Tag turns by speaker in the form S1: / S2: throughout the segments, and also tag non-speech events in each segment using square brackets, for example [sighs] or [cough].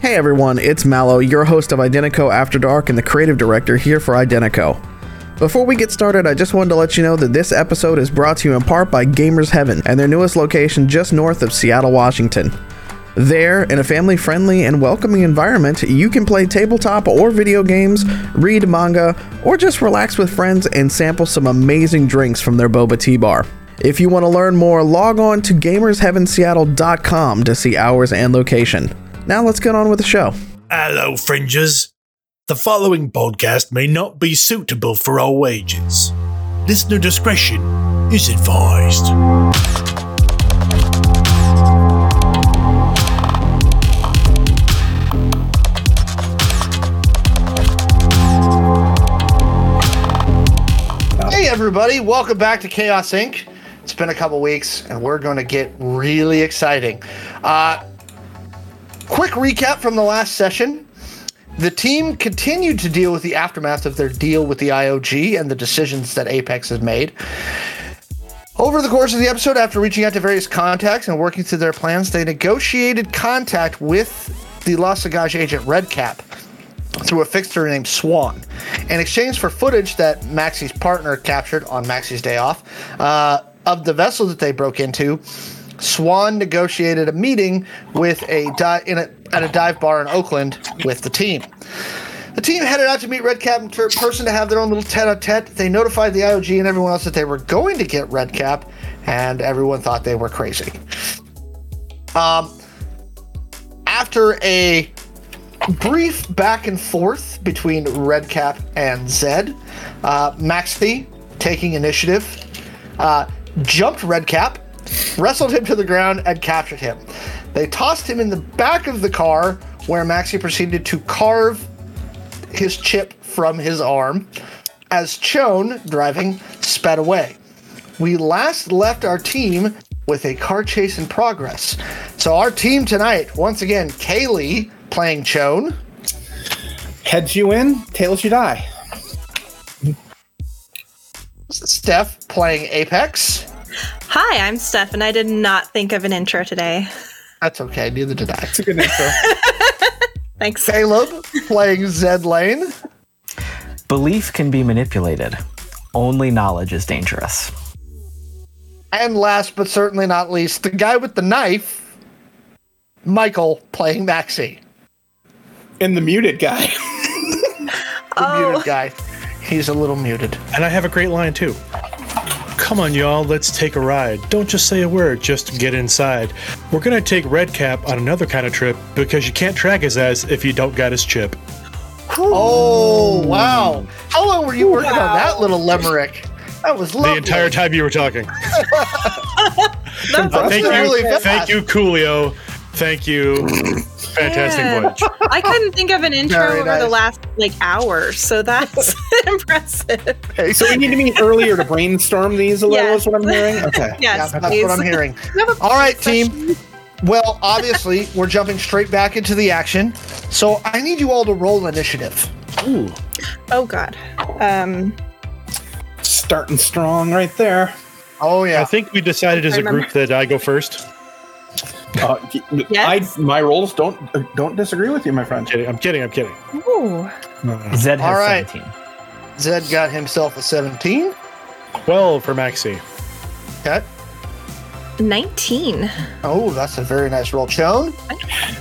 S1: Hey everyone, it's Mallow, your host of Identico After Dark and the creative director here for Identico. Before we get started, I just wanted to let you know that this episode is brought to you in part by Gamers Heaven and their newest location just north of Seattle, Washington. There, in a family friendly and welcoming environment, you can play tabletop or video games, read manga, or just relax with friends and sample some amazing drinks from their boba tea bar. If you want to learn more, log on to gamersheavenseattle.com to see hours and location. Now let's get on with the show.
S2: Hello, Fringers. The following podcast may not be suitable for all ages. Listener discretion is advised.
S3: Hey, everybody, welcome back to Chaos Inc. It's been a couple weeks, and we're going to get really exciting. Uh, quick recap from the last session. The team continued to deal with the aftermath of their deal with the IOG and the decisions that Apex has made. Over the course of the episode, after reaching out to various contacts and working through their plans, they negotiated contact with the Los Sagage agent Redcap through a fixer named Swan in exchange for footage that Maxie's partner captured on Maxie's day off uh, of the vessel that they broke into. Swan negotiated a meeting with a, di- in a at a dive bar in Oakland with the team. The team headed out to meet Red Cap in ter- person to have their own little tete-a-tete. They notified the IOG and everyone else that they were going to get Red Cap, and everyone thought they were crazy. Um, after a brief back and forth between Redcap and Zed. Uh, Maxthy taking initiative, uh, jumped Redcap, wrestled him to the ground, and captured him. They tossed him in the back of the car, where Maxie proceeded to carve his chip from his arm as Chone, driving, sped away. We last left our team with a car chase in progress. So our team tonight, once again, Kaylee playing Chone,
S4: Heads you in, tails you die.
S3: Steph playing Apex.
S5: Hi, I'm Steph, and I did not think of an intro today.
S3: That's okay, neither did I.
S4: It's a good intro.
S3: [laughs]
S5: Thanks.
S3: Caleb playing Zed Lane.
S6: Belief can be manipulated. Only knowledge is dangerous.
S3: And last but certainly not least, the guy with the knife, Michael playing Maxie.
S4: and the muted guy. [laughs]
S3: The
S5: Oh,
S3: muted guy. He's a little muted.
S2: And I have a great line too. Come on, y'all, let's take a ride. Don't just say a word, just get inside. We're gonna take Redcap on another kind of trip because you can't track his ass if you don't got his chip.
S3: Oh wow. How long were you working on that little limerick? That was lovely.
S2: The entire time you were talking.
S5: that's-
S2: Thank
S3: really
S2: you,
S3: fast.
S2: thank you, Coolio. Thank you. Fantastic
S5: Yeah.
S2: voyage.
S5: I couldn't think of an intro
S3: Very
S5: over the
S3: nice.
S5: last like hour, so that's [laughs] impressive.
S4: so we need to meet earlier to brainstorm these a little,
S5: Yeah.
S4: is what I'm
S5: [laughs]
S4: hearing? Okay.
S3: Yeah,
S5: Yes,
S3: that's
S5: please.
S3: what I'm
S5: [laughs]
S3: hearing.
S5: We have a
S3: All right, team. Well, obviously, we're jumping straight back into the action. So I need you all to roll initiative.
S4: Ooh,
S5: Oh God. Um,
S4: starting strong right there.
S3: Oh
S2: I
S3: yeah.
S2: think we decided as
S5: I
S2: a group that I go first.
S4: Uh,
S5: Yes.
S4: I, my roles don't don't disagree with you, my friend.
S2: I'm kidding. I'm kidding. I'm kidding.
S5: ooh,
S6: Zed has
S3: All right.
S6: 17.
S3: Zed got himself a 17.
S2: 12 for Maxi.
S3: Okay.
S5: nineteen.
S3: Oh, that's a very nice roll. Chone,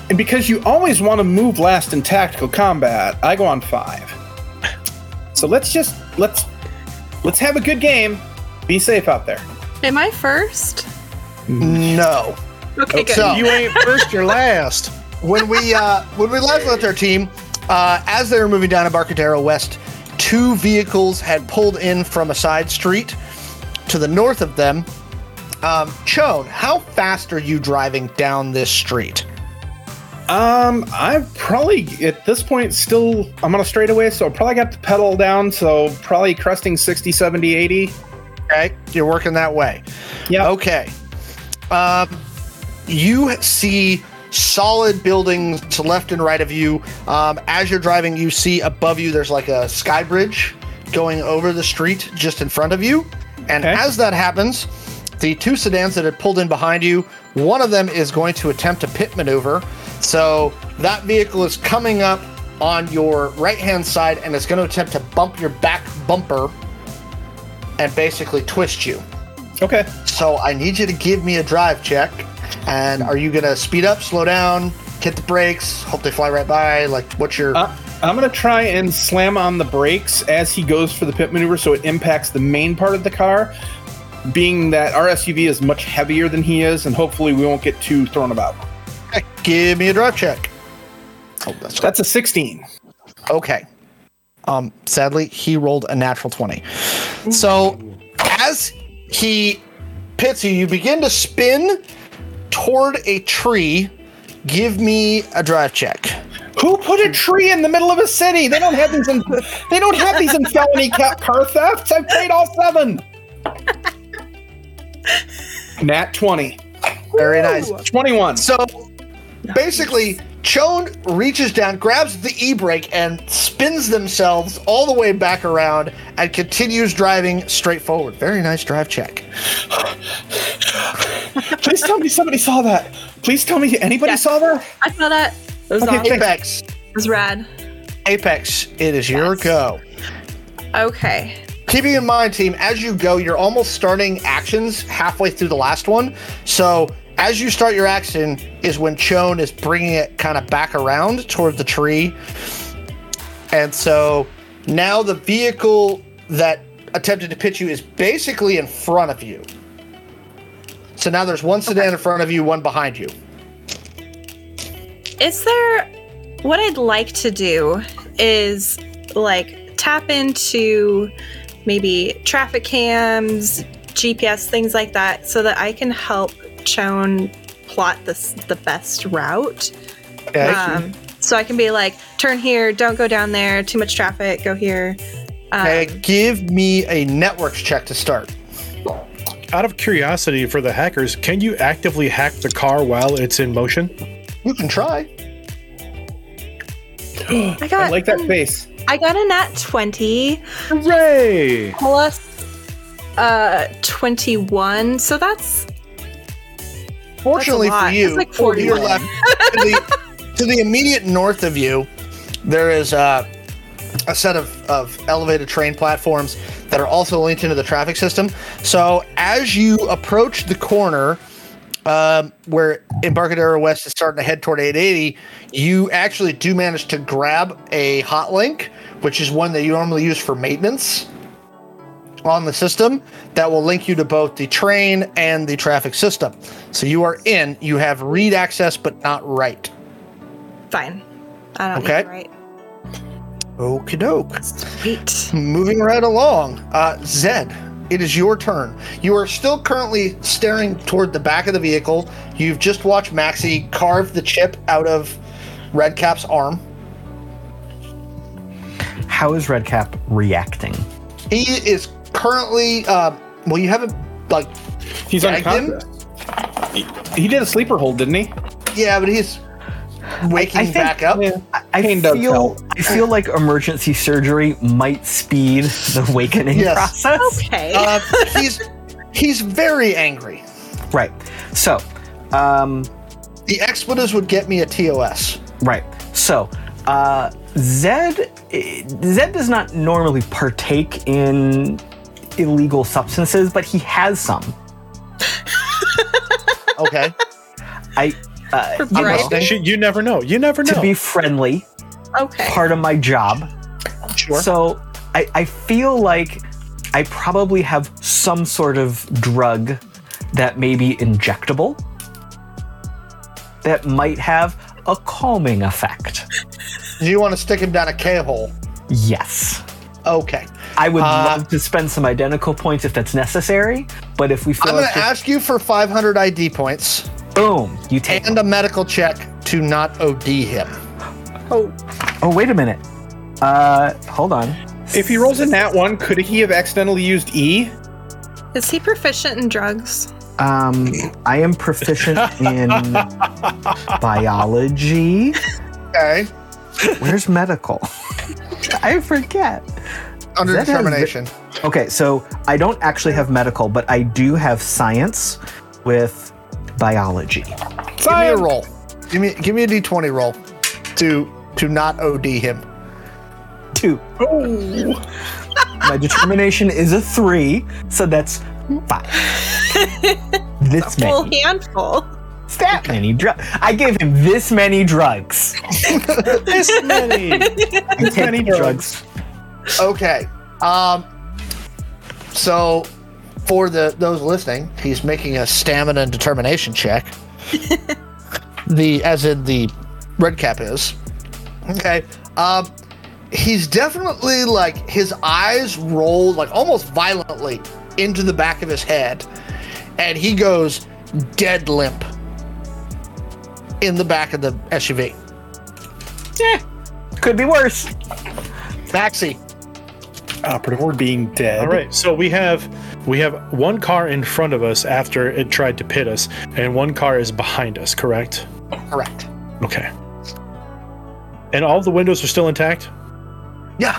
S4: And because you always want to move last in tactical combat, I go on five. So let's just let's let's have a good game. Be safe out there.
S5: Am I first?
S3: no.
S5: Okay, good.
S3: So-
S2: You ain't first, you're last.
S3: when we uh, when we last left our team, uh, as they were moving down Embarcadero West, two vehicles had pulled in from a side street to the north of them. Um, Chone, how fast are you driving down this street?
S4: Um, I'm probably at this point still I'm on a straightaway, so I probably got the pedal down, so probably cresting 60, 70, 80.
S3: Okay, you're working that way.
S4: Yeah.
S3: Okay. Um, you see solid buildings to left and right of you. Um, as you're driving, you see above you there's like a sky bridge going over the street just in front of you. And
S4: Okay.
S3: as that happens, the two sedans that had pulled in behind you One of them is going to attempt a pit maneuver. So that vehicle is coming up on your right hand side and it's going to attempt to bump your back bumper and basically twist you.
S4: Okay.
S3: So I need you to give me a drive check. And are you going to speed up, slow down, hit the brakes, hope they fly right by? Like, what's your.
S4: Uh, I'm gonna try and slam on the brakes as he goes for the pit maneuver, so it impacts the main part of the car. Being that our SUV is much heavier than he is, and hopefully we won't get too thrown about.
S3: give me a drive check. Oh, that's
S4: That's a 16.
S3: Okay. Um, sadly, he rolled a natural 20. So as he pits you, you begin to spin toward a tree. Give me a drive check.
S4: Who put a tree in the middle of a city? They don't have these. In, they don't have these in felony ca- car thefts. I've played all seven. Nat 20.
S3: Very nice.
S4: 21.
S3: So basically, Chone reaches down, grabs the e brake, and spins themselves all the way back around and continues driving straight forward. Very nice drive check.
S4: Please tell me somebody saw that. Please tell me anybody
S5: Yes.
S4: saw that.
S5: I saw that. It was
S4: Okay,
S5: awesome.
S4: thank-
S3: Apex,
S5: It was rad.
S3: Apex, it is your go.
S5: Okay.
S3: keeping in mind, team, as you go, you're almost starting actions halfway through the last one. So as you start your action is when Chone is bringing it kind of back around toward the tree. And so now the vehicle that attempted to pitch you is basically in front of you. So now there's one sedan in front of you, one behind you.
S5: Is there what I'd like to do is like tap into maybe traffic cams, GPS, things like that, so that I can help Chone plot this the best route.
S3: Okay.
S5: Um, so I can be like, turn here, don't go down there, too much traffic, go here. Um,
S3: Okay, give me a networks check to start.
S2: Out of curiosity for the hackers, can you actively hack the car while it's in motion?
S3: You can try.
S5: I got
S4: I like that face.
S5: I got a nat twenty
S2: Hooray!
S5: plus uh twenty one, so that's
S3: Fortunately for
S5: That's a lot.
S3: you,
S5: That's like
S3: to your
S5: 41.
S3: left, to
S5: [laughs]
S3: the, to the immediate north of you, there is uh, a set of, of elevated train platforms that are also linked into the traffic system. So as you approach the corner um, where Embarcadero West is starting to head toward 880, you actually do manage to grab a hot link, which is one that you normally use for maintenance on the system that will link you to both the train and the traffic system. So you are in, you have read access, but not write.
S5: fine. I don't
S3: Okay.
S5: need to write.
S3: Okie doke. [laughs]
S5: Sweet.
S3: Moving right along. Uh, Zed, it is your turn. You are still currently staring toward the back of the vehicle. You've just watched Maxie carve the chip out of Redcap's arm.
S6: How is Redcap reacting?
S3: He is currently, uh, well, you haven't, like,
S4: He's
S3: Gagged him?
S4: unconscious. He, he did a sleeper hold, didn't he?
S3: yeah, but he's waking
S6: think-
S3: back
S4: Oh.
S3: up.
S6: I- I
S4: Pain does
S6: feel
S4: help.
S6: I feel like emergency surgery might speed the [laughs] awakening
S3: Yes.
S6: process.
S5: Okay.
S3: Uh, he's he's very angry.
S6: Right. So, um,
S3: The expletives would get me a TOS.
S6: Right. So, uh, Zed Zed does not normally partake in illegal substances, but he has some.
S3: [laughs] Okay.
S6: I uh, you
S5: Right.
S6: know,
S2: Shit, you never know. You never know.
S6: to be friendly,
S5: okay.
S6: part of my job.
S3: sure.
S6: So, I, I feel like I probably have some sort of drug that may be injectable that might have a calming effect.
S3: Do you want to stick him down a K hole?
S6: Yes.
S3: Okay.
S6: I would
S3: Uh,
S6: love to spend some identical points if that's necessary, but if we feel
S3: I'm going
S6: like
S3: to
S6: it's-
S3: ask you for 500 ID points
S6: boom, you take.
S3: and a medical check to not OD him.
S6: oh, wait a minute. Uh, hold on.
S4: If he rolls a nat one, could he have accidentally used E?
S5: Is he proficient in drugs?
S6: Um, I am proficient
S3: [laughs]
S6: in biology.
S3: Okay.
S6: Where's medical? [laughs] I forget.
S3: Under
S6: That is-
S3: determination.
S6: Okay, so I don't actually have medical, but I do have science with insect biology.
S3: Give me a
S4: Science!
S3: roll. Give me give me a d20 roll to to not OD him.
S6: Two.
S2: Oh.
S6: My determination is a three, so that's
S2: [laughs]
S6: five. this
S5: Full
S6: many.
S5: handful.
S6: It's that many drugs. I gave him this many drugs.
S2: [laughs] This many.
S6: I take
S2: many
S6: drugs.
S3: Okay. Um. So, for the those listening, he's making a stamina and determination check. the as in the red cap is. Okay. Um. He's definitely like his eyes roll like almost violently into the back of his head, and he goes dead limp in the back of the SUV.
S6: Could be worse.
S3: Maxie,
S4: Operative word being dead.
S2: All right, so we have we have one car in front of us after it tried to pit us, and one car is behind us. Correct?
S3: correct.
S2: Okay. And all the windows are still intact.
S3: Yeah.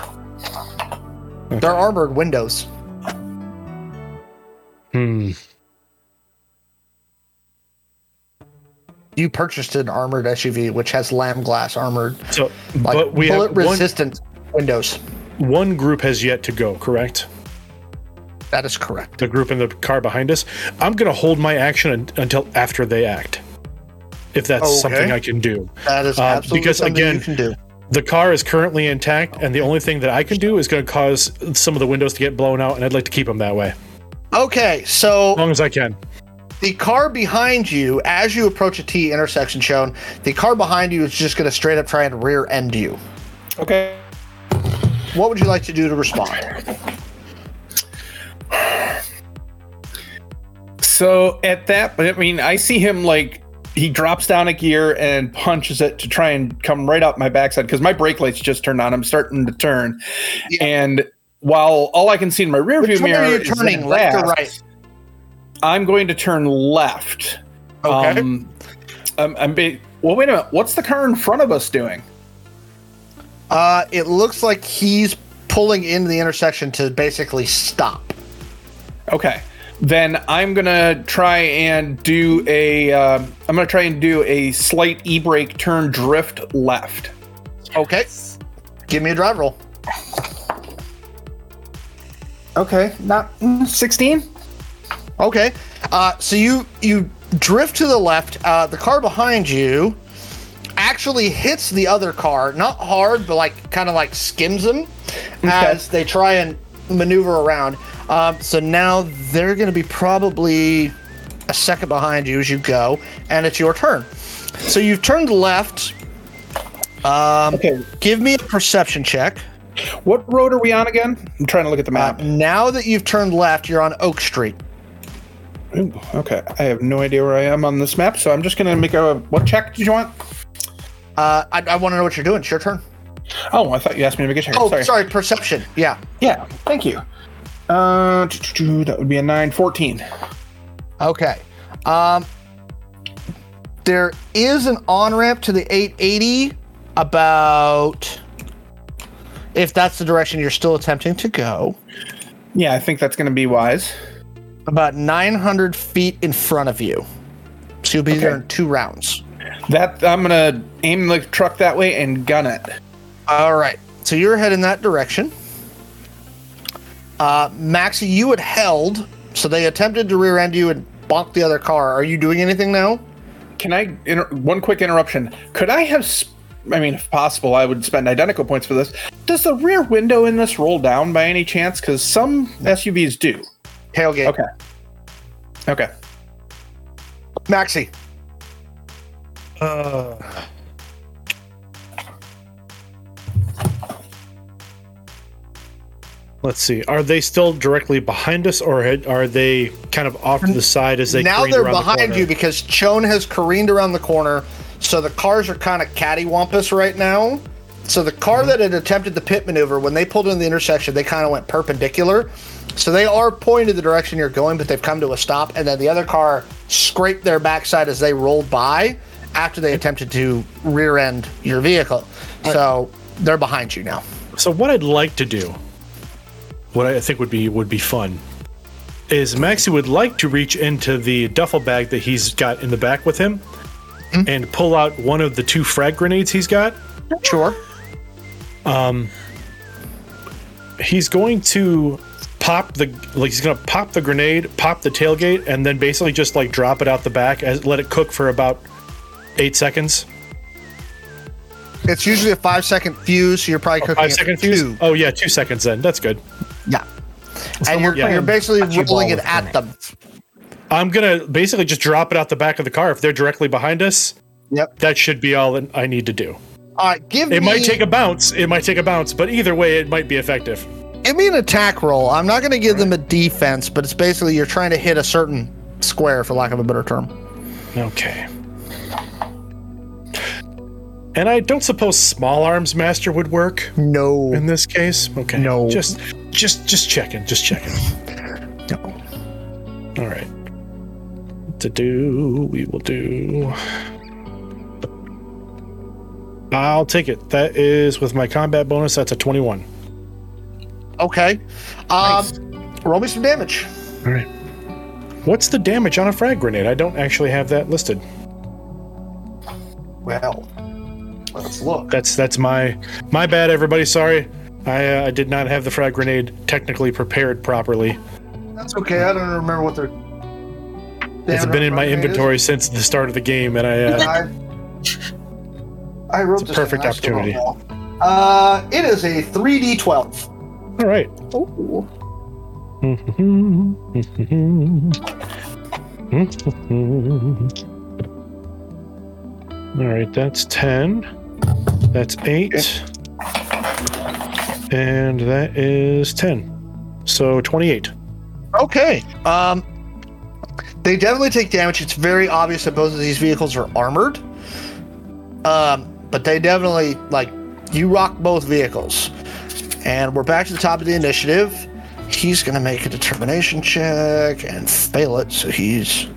S3: They're armored windows.
S2: Hmm.
S3: You purchased an armored SUV which has lamb glass armored,
S2: So,
S3: like
S2: but we
S3: bullet
S2: have one,
S3: resistant windows.
S2: one group has yet to go. Correct?
S3: That is correct.
S2: The group in the car behind us. I'm gonna hold my action un- until after they act, if that's
S3: Okay.
S2: something I can do.
S3: That is
S2: Uh,
S3: absolutely
S2: because,
S3: something
S2: again,
S3: you can do.
S2: The car is currently intact, and the only thing that I can do is going to cause some of the windows to get blown out, and I'd like to keep them that way
S3: Okay,
S2: as
S3: so
S2: long as I can.
S3: the car behind you, as you approach a T intersection shown, the car behind you is just going to straight up try and rear end you.
S4: Okay.
S3: What would you like to do to respond?
S4: So at that, but I mean, I see him like he drops down a gear and punches it to try and come right up my backside because my brake lights just turned on. I'm starting to turn,
S3: Yeah.
S4: and while all I can see in my rearview
S3: Which one
S4: mirror
S3: are you
S4: is that
S3: turning, left or
S4: last,
S3: right?
S4: I'm going to turn left.
S3: Okay.
S4: Um, I'm, I'm ba- well. Wait a minute. What's the car in front of us doing?
S3: Uh, it looks like he's pulling into the intersection to basically stop.
S4: Okay. Then I'm gonna try and do a. Uh, I'm gonna try and do a slight e-brake turn drift left.
S3: Okay. Give me a drive roll.
S4: Okay, not mm, sixteen.
S3: Okay. Uh, so you you drift to the left. Uh, the car behind you actually hits the other car, not hard, but like kind of like skims them as they try and maneuver around. Um, so now they're going to be probably a second behind you as you go, and it's your turn. So you've turned left. Um,
S4: Okay.
S3: Give me a perception check.
S4: What road are we on again? I'm trying to look at the
S3: Uh,
S4: map.
S3: now that you've turned left, you're on Oak Street.
S4: Ooh, okay, I have no idea where I am on this map, so I'm just gonna make a. What check did you want?
S3: Uh, I, I want to know what you're doing. It's your turn.
S4: Oh, I thought you asked me to make a check.
S3: Oh,
S4: sorry.
S3: sorry. perception. Yeah.
S4: Yeah, thank you. Uh, that would be a nine, fourteen.
S3: Okay. Um, there is an on ramp to the 880 about if that's the direction you're still attempting to go,
S4: Yeah, I think that's gonna be wise.
S3: about 900 feet in front of you. So you'll be there in two rounds.
S4: That I'm gonna aim the truck that way and gun it.
S3: All right. So you're heading that direction. Uh, Maxie, you had held, so they attempted to rear end you and bonk the other car. Are you doing anything now?
S4: Can I inter- one quick interruption? Could I have? Sp- I mean, if possible, I would spend identical points for this. Does the rear window in this roll down by any chance? Because some SUVs do.
S3: Tailgate.
S4: Okay. Okay.
S3: Maxie.
S2: Let's see. Are they still directly behind us, or had- are they kind of off to the side as they
S3: now
S2: careened
S3: they're
S2: around the
S3: behind
S2: corner?
S3: you because Chon has careened around the corner, so the cars are kind of cattywampus right now. So the car
S2: Mm-hmm.
S3: that had attempted the pit maneuver, when they pulled in the intersection, they kind of went perpendicular. So they are pointed the direction you're going, but they've come to a stop. And then the other car scraped their backside as they rolled by after they attempted to rear end your vehicle. So they're behind you now.
S2: So what I'd like to do, what I think would be would be fun, is Maxie would like to reach into the duffel bag that he's got in the back with him and pull out one of the two frag grenades he's got.
S3: Sure.
S2: He's going to pop the like he's going to pop the grenade, pop the tailgate, and then basically just like drop it out the back as let it cook for about eight seconds.
S3: It's usually a five second fuse, so you're probably cooking
S2: Five
S3: it
S2: second
S3: for
S2: fuse.
S3: two.
S2: Oh yeah, two seconds then. That's good.
S6: Yeah.
S3: and you're,
S2: playing
S3: you're basically
S6: bocce ball
S3: rolling it
S6: with
S3: at them.
S2: I'm gonna basically just drop it out the back of the car. If they're directly behind us,
S3: Yep.
S2: that should be all that I need to do.
S3: All right, give
S2: It
S3: me
S2: might take a bounce. It might take a bounce, but either way, it might be effective.
S3: give me an attack roll. I'm not going to give them a defense, but it's basically you're trying to hit a certain square, for lack of a better term.
S2: Okay. And I don't suppose small arms master would work
S3: No,
S2: in this case. Okay.
S3: No.
S2: Just, just, just checking.
S4: [laughs]
S2: Just checking.
S3: no.
S2: All right. To do, we will do. I'll take it. That is with my combat bonus. That's a twenty-one.
S3: Okay, um, roll me some damage.
S2: All right. What's the damage on a frag grenade? I don't actually have that listed.
S3: Well, let's look.
S2: That's that's my my bad, everybody. Sorry, I uh, I did not have the frag grenade technically prepared properly.
S3: That's okay. I don't remember what they're.
S2: It's been in my inventory since the start of the game, and [laughs] I uh,
S3: I, I wrote
S2: It's a
S3: this down,
S2: perfect
S3: I still don't
S2: opportunity.
S3: know. Uh, it is a 3d12.
S2: all right.
S3: Oh.
S2: Mm-hmm. [laughs] All right, that's 10. That's 8. And that is 10. So 28.
S3: Okay. Um, they definitely take damage. It's very obvious that both of these vehicles are armored. Um, but they definitely like you rock both vehicles, and we're back to the top of the initiative. He's gonna make a determination check and fail it, so he's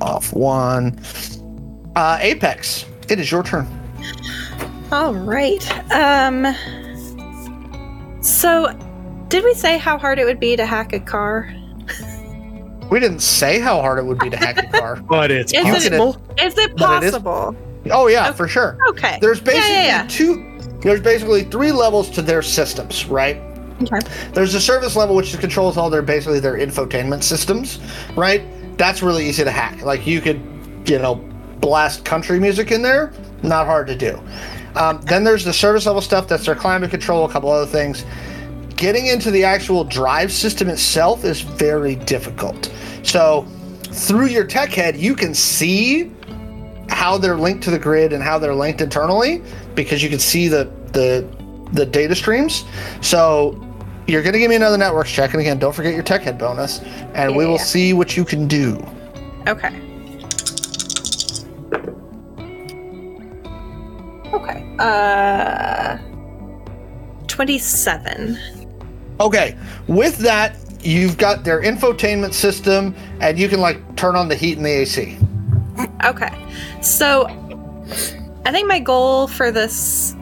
S3: off one. Uh, Apex, it is your turn.
S5: All right. Um. So, did we say how hard it would be to hack a car?
S3: We didn't say how hard it would be to hack a car.
S2: But it's
S5: Is it-
S2: possible.
S5: Is it
S3: But it is-
S5: possible?
S3: Oh yeah, for sure.
S5: okay.
S3: There's basically
S5: Yeah, yeah,
S3: two. There's basically three levels to their systems, right?
S5: yeah. Okay.
S3: There's the service level, which controls all their basically their infotainment systems, right? That's really easy to hack. Like you could, you know, blast country music in there. Not hard to do. Um, then there's the service level stuff. That's their climate control, a couple other things. Getting into the actual drive system itself is very difficult. So, through your tech head, you can see how they're linked to the grid and how they're linked internally because you can see the the the data streams. So you're gonna give me another networks check, and again, don't forget your tech head bonus, and we will
S5: Yeah.
S3: see what you can do.
S5: Okay. Okay. Uh. Twenty-seven.
S3: Okay, with that, you've got their infotainment system, and you can like turn on the heat and the AC.
S5: Okay. So I think my goal for this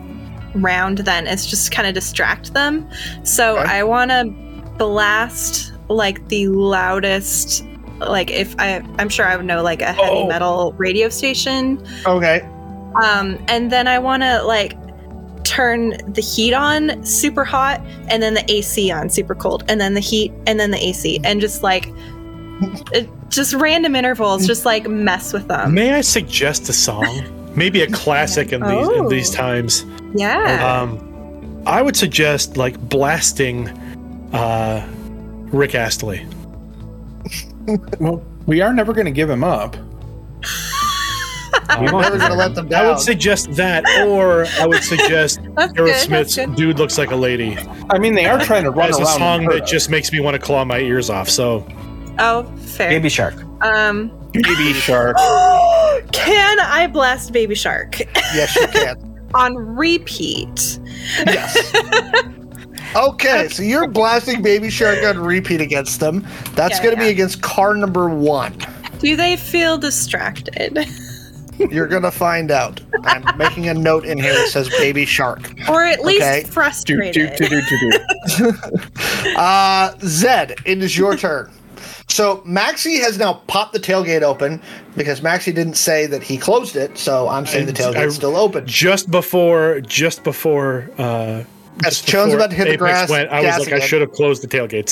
S5: round then is just kind of distract them. So
S3: Okay.
S5: I want to blast like the loudest like if I I'm sure I would know like a heavy
S4: Oh.
S5: metal radio station.
S3: Okay,
S5: Um and then I want to like turn the heat on super hot and then the AC on super cold and then the heat and then the AC and just like [laughs] it, just random intervals just like mess with them.
S2: May I suggest a song?
S5: [laughs]
S2: Maybe a classic in these in these
S5: Oh.
S2: times.
S5: Yeah.
S2: Um, I would suggest like blasting uh, Rick Astley.
S4: Well, we are never going to give him up.
S6: We
S3: never
S6: won't.
S3: gonna let them
S2: [laughs] I
S3: down.
S2: would suggest that, or I would suggest
S5: That's good, that's
S2: Aerosmith's
S5: good.
S2: "Dude Looks Like a Lady"
S4: I mean, they are trying to run
S2: as
S4: around.
S2: a
S4: and
S2: song
S4: hurt
S2: that
S4: us.
S2: just makes me want to claw my ears off. So
S5: Oh, fair.
S6: Baby shark.
S5: Um, [gasps]
S4: baby shark.
S5: can I blast Baby Shark [laughs]
S3: yes, you can.
S5: on repeat?
S2: [laughs]
S3: Yes. Okay, so you're blasting Baby Shark on repeat against them. That's
S5: Yeah,
S3: going to be
S5: yeah.
S3: against car number one.
S5: Do they feel distracted,
S3: You're gonna find out. I'm making a note in here that says baby shark.
S5: or at least
S3: Okay.
S4: Do, do,
S5: frustrated?
S4: do, do, do, do.
S3: Uh Zed, it is your turn. So Maxi has now popped the tailgate open because Maxi didn't say that he closed it. So I'm saying the
S2: And I-
S3: tailgate's still open.
S2: Just before, just before, uh,
S3: As
S2: just
S3: Chone's
S2: before
S3: about to hit the
S2: Apex
S3: grass,
S2: went, I
S3: gas
S2: was like, I
S3: again.
S2: should have closed the tailgate.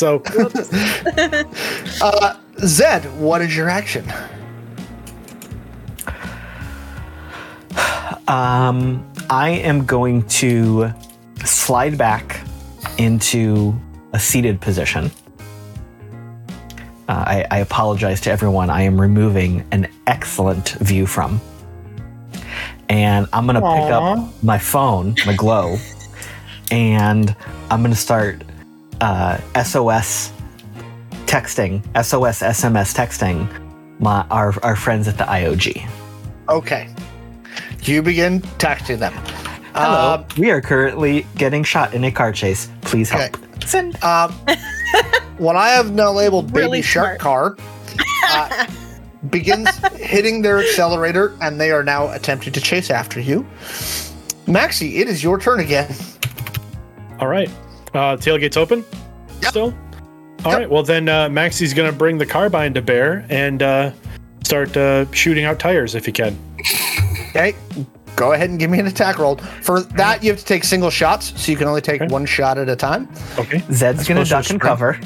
S3: [laughs]
S2: So
S3: Zed, what is your action?
S6: Um, I am going to slide back into a seated position. Uh, I, I apologize to everyone. I am removing an excellent view from. And I'm going to pick up my phone, my glow, and I'm going to start uh, SOS texting, SOS SMS texting my, our, our friends at the IOG.
S3: Okay. You begin texting them.
S6: Hello.
S3: Um,
S6: Uh, we are currently getting shot in a car chase. Please help. Send.
S3: Um, what I have now labeled Baby
S5: Really
S3: Shark Car uh, begins hitting their accelerator, and they are now attempting to chase after you. Maxi, it is your turn again.
S2: All right. Uh, tailgate's open. Still. All right.
S3: Yep.
S2: Well, then uh, Maxi's gonna bring the carbine to bear and uh, start uh, shooting out tires if he can.
S3: Okay. Go ahead and give me an attack roll. For that, you have to take single shots, so you can only take
S2: Okay.
S3: one shot at a time.
S2: Okay.
S6: Zed's gonna
S2: supposed
S6: duck
S2: to
S6: and cover,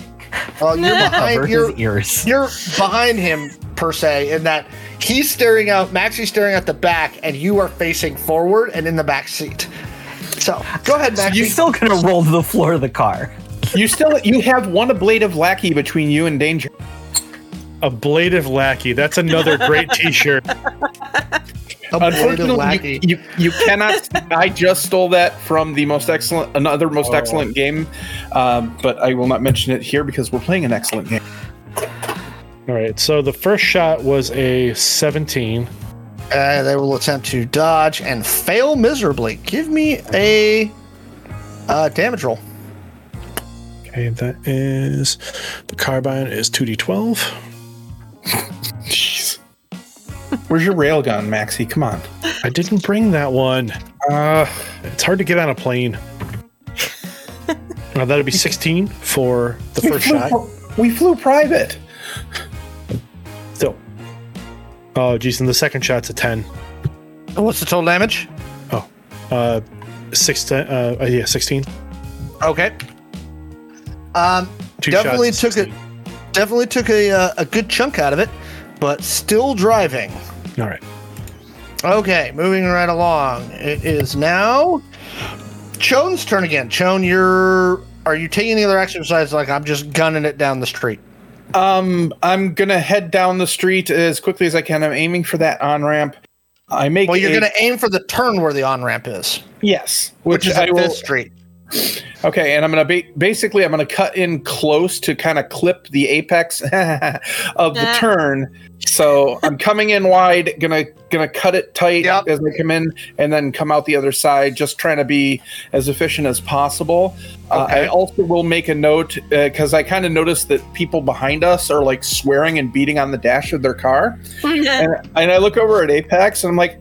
S3: Well, you're
S6: [laughs] cover
S3: behind.
S6: his
S3: You're,
S6: ears.
S3: you're behind him per se in that he's staring out. Maxi's staring at the back, and you are facing forward and in the back seat. So go ahead, Maxi.
S6: You're still gonna roll to the floor of the car.
S4: You still you have one blade of lackey between you and danger.
S2: A blade of lackey. That's another
S3: [laughs]
S2: great T-shirt.
S3: A blade of
S4: Unfortunately,
S3: lackey.
S4: you, you, you cannot. [laughs] I just stole that from the most excellent, another most excellent game, um, but I will not mention it here because we're playing an excellent game.
S2: All right. So the first shot was a 17.
S3: Uh, they will attempt to dodge and fail miserably. Give me a uh, damage roll.
S2: Okay. That is the carbine is 2d12.
S4: Jeez. Where's your railgun, Maxie?
S3: [laughs]
S4: Come on.
S2: I didn't bring that one. Uh, it's hard to get on a plane. Now that'd be 16 for
S3: [laughs]
S2: the first
S4: flew,
S2: shot.
S4: We flew private.
S2: So, oh geez, and the second shot's a ten.
S3: What's the total damage?
S2: Oh, uh, six. Ten, uh, uh, yeah, sixteen.
S3: Okay. Um,
S2: Two
S3: definitely
S2: shots,
S3: took it. Definitely took a uh, a good chunk out of it, but still driving.
S2: All right.
S3: Okay, moving right along. It is now Chone's turn again. Chone, you're are you taking any other action besides like I'm just gunning it down the street?
S4: Um, I'm gonna head down the street as quickly as I can. I'm aiming for that on ramp. I make.
S3: Well, you're
S4: a-
S3: going to aim for the turn where the on ramp is,
S4: yes,
S3: which is
S4: I
S3: at
S4: will-
S3: Fifth Street.
S4: Okay, and I'm gonna ba- basically I'm gonna cut in close to kind of clip the apex [laughs] of the
S5: Ah.
S4: turn. So I'm coming in wide, gonna gonna cut it tight
S3: Yep.
S4: as I come in, and then come out the other side, just trying to be as efficient as possible. Uh,
S3: Okay.
S4: I also will make a note because I kind of noticed that people behind us are like swearing and beating on the dash of their car, and, and I look over at Apex and I'm like,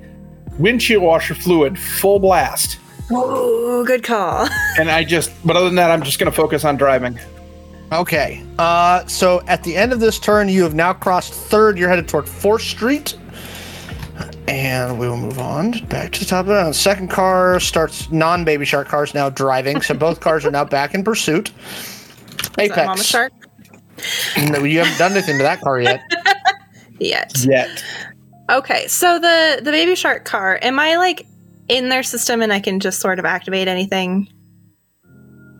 S4: windshield washer fluid full blast.
S5: [laughs] Ooh, good call.
S4: And I just, but other than that, I'm just going to focus on driving.
S3: Okay. Uh, so at the end of this turn, you have now crossed third. You're headed toward Fourth Street, and we will move on back to the top of the round. Second car starts non-baby shark cars now driving, so
S5: [laughs]
S3: both cars are now back in pursuit.
S5: Is that Mama
S3: Apex.
S5: Shark?
S3: No, you haven't done anything to that car
S5: [laughs]
S3: yet.
S5: Yet.
S4: Yet.
S5: Okay, so the the baby shark car. Am I like in their system and I can just sort of activate anything?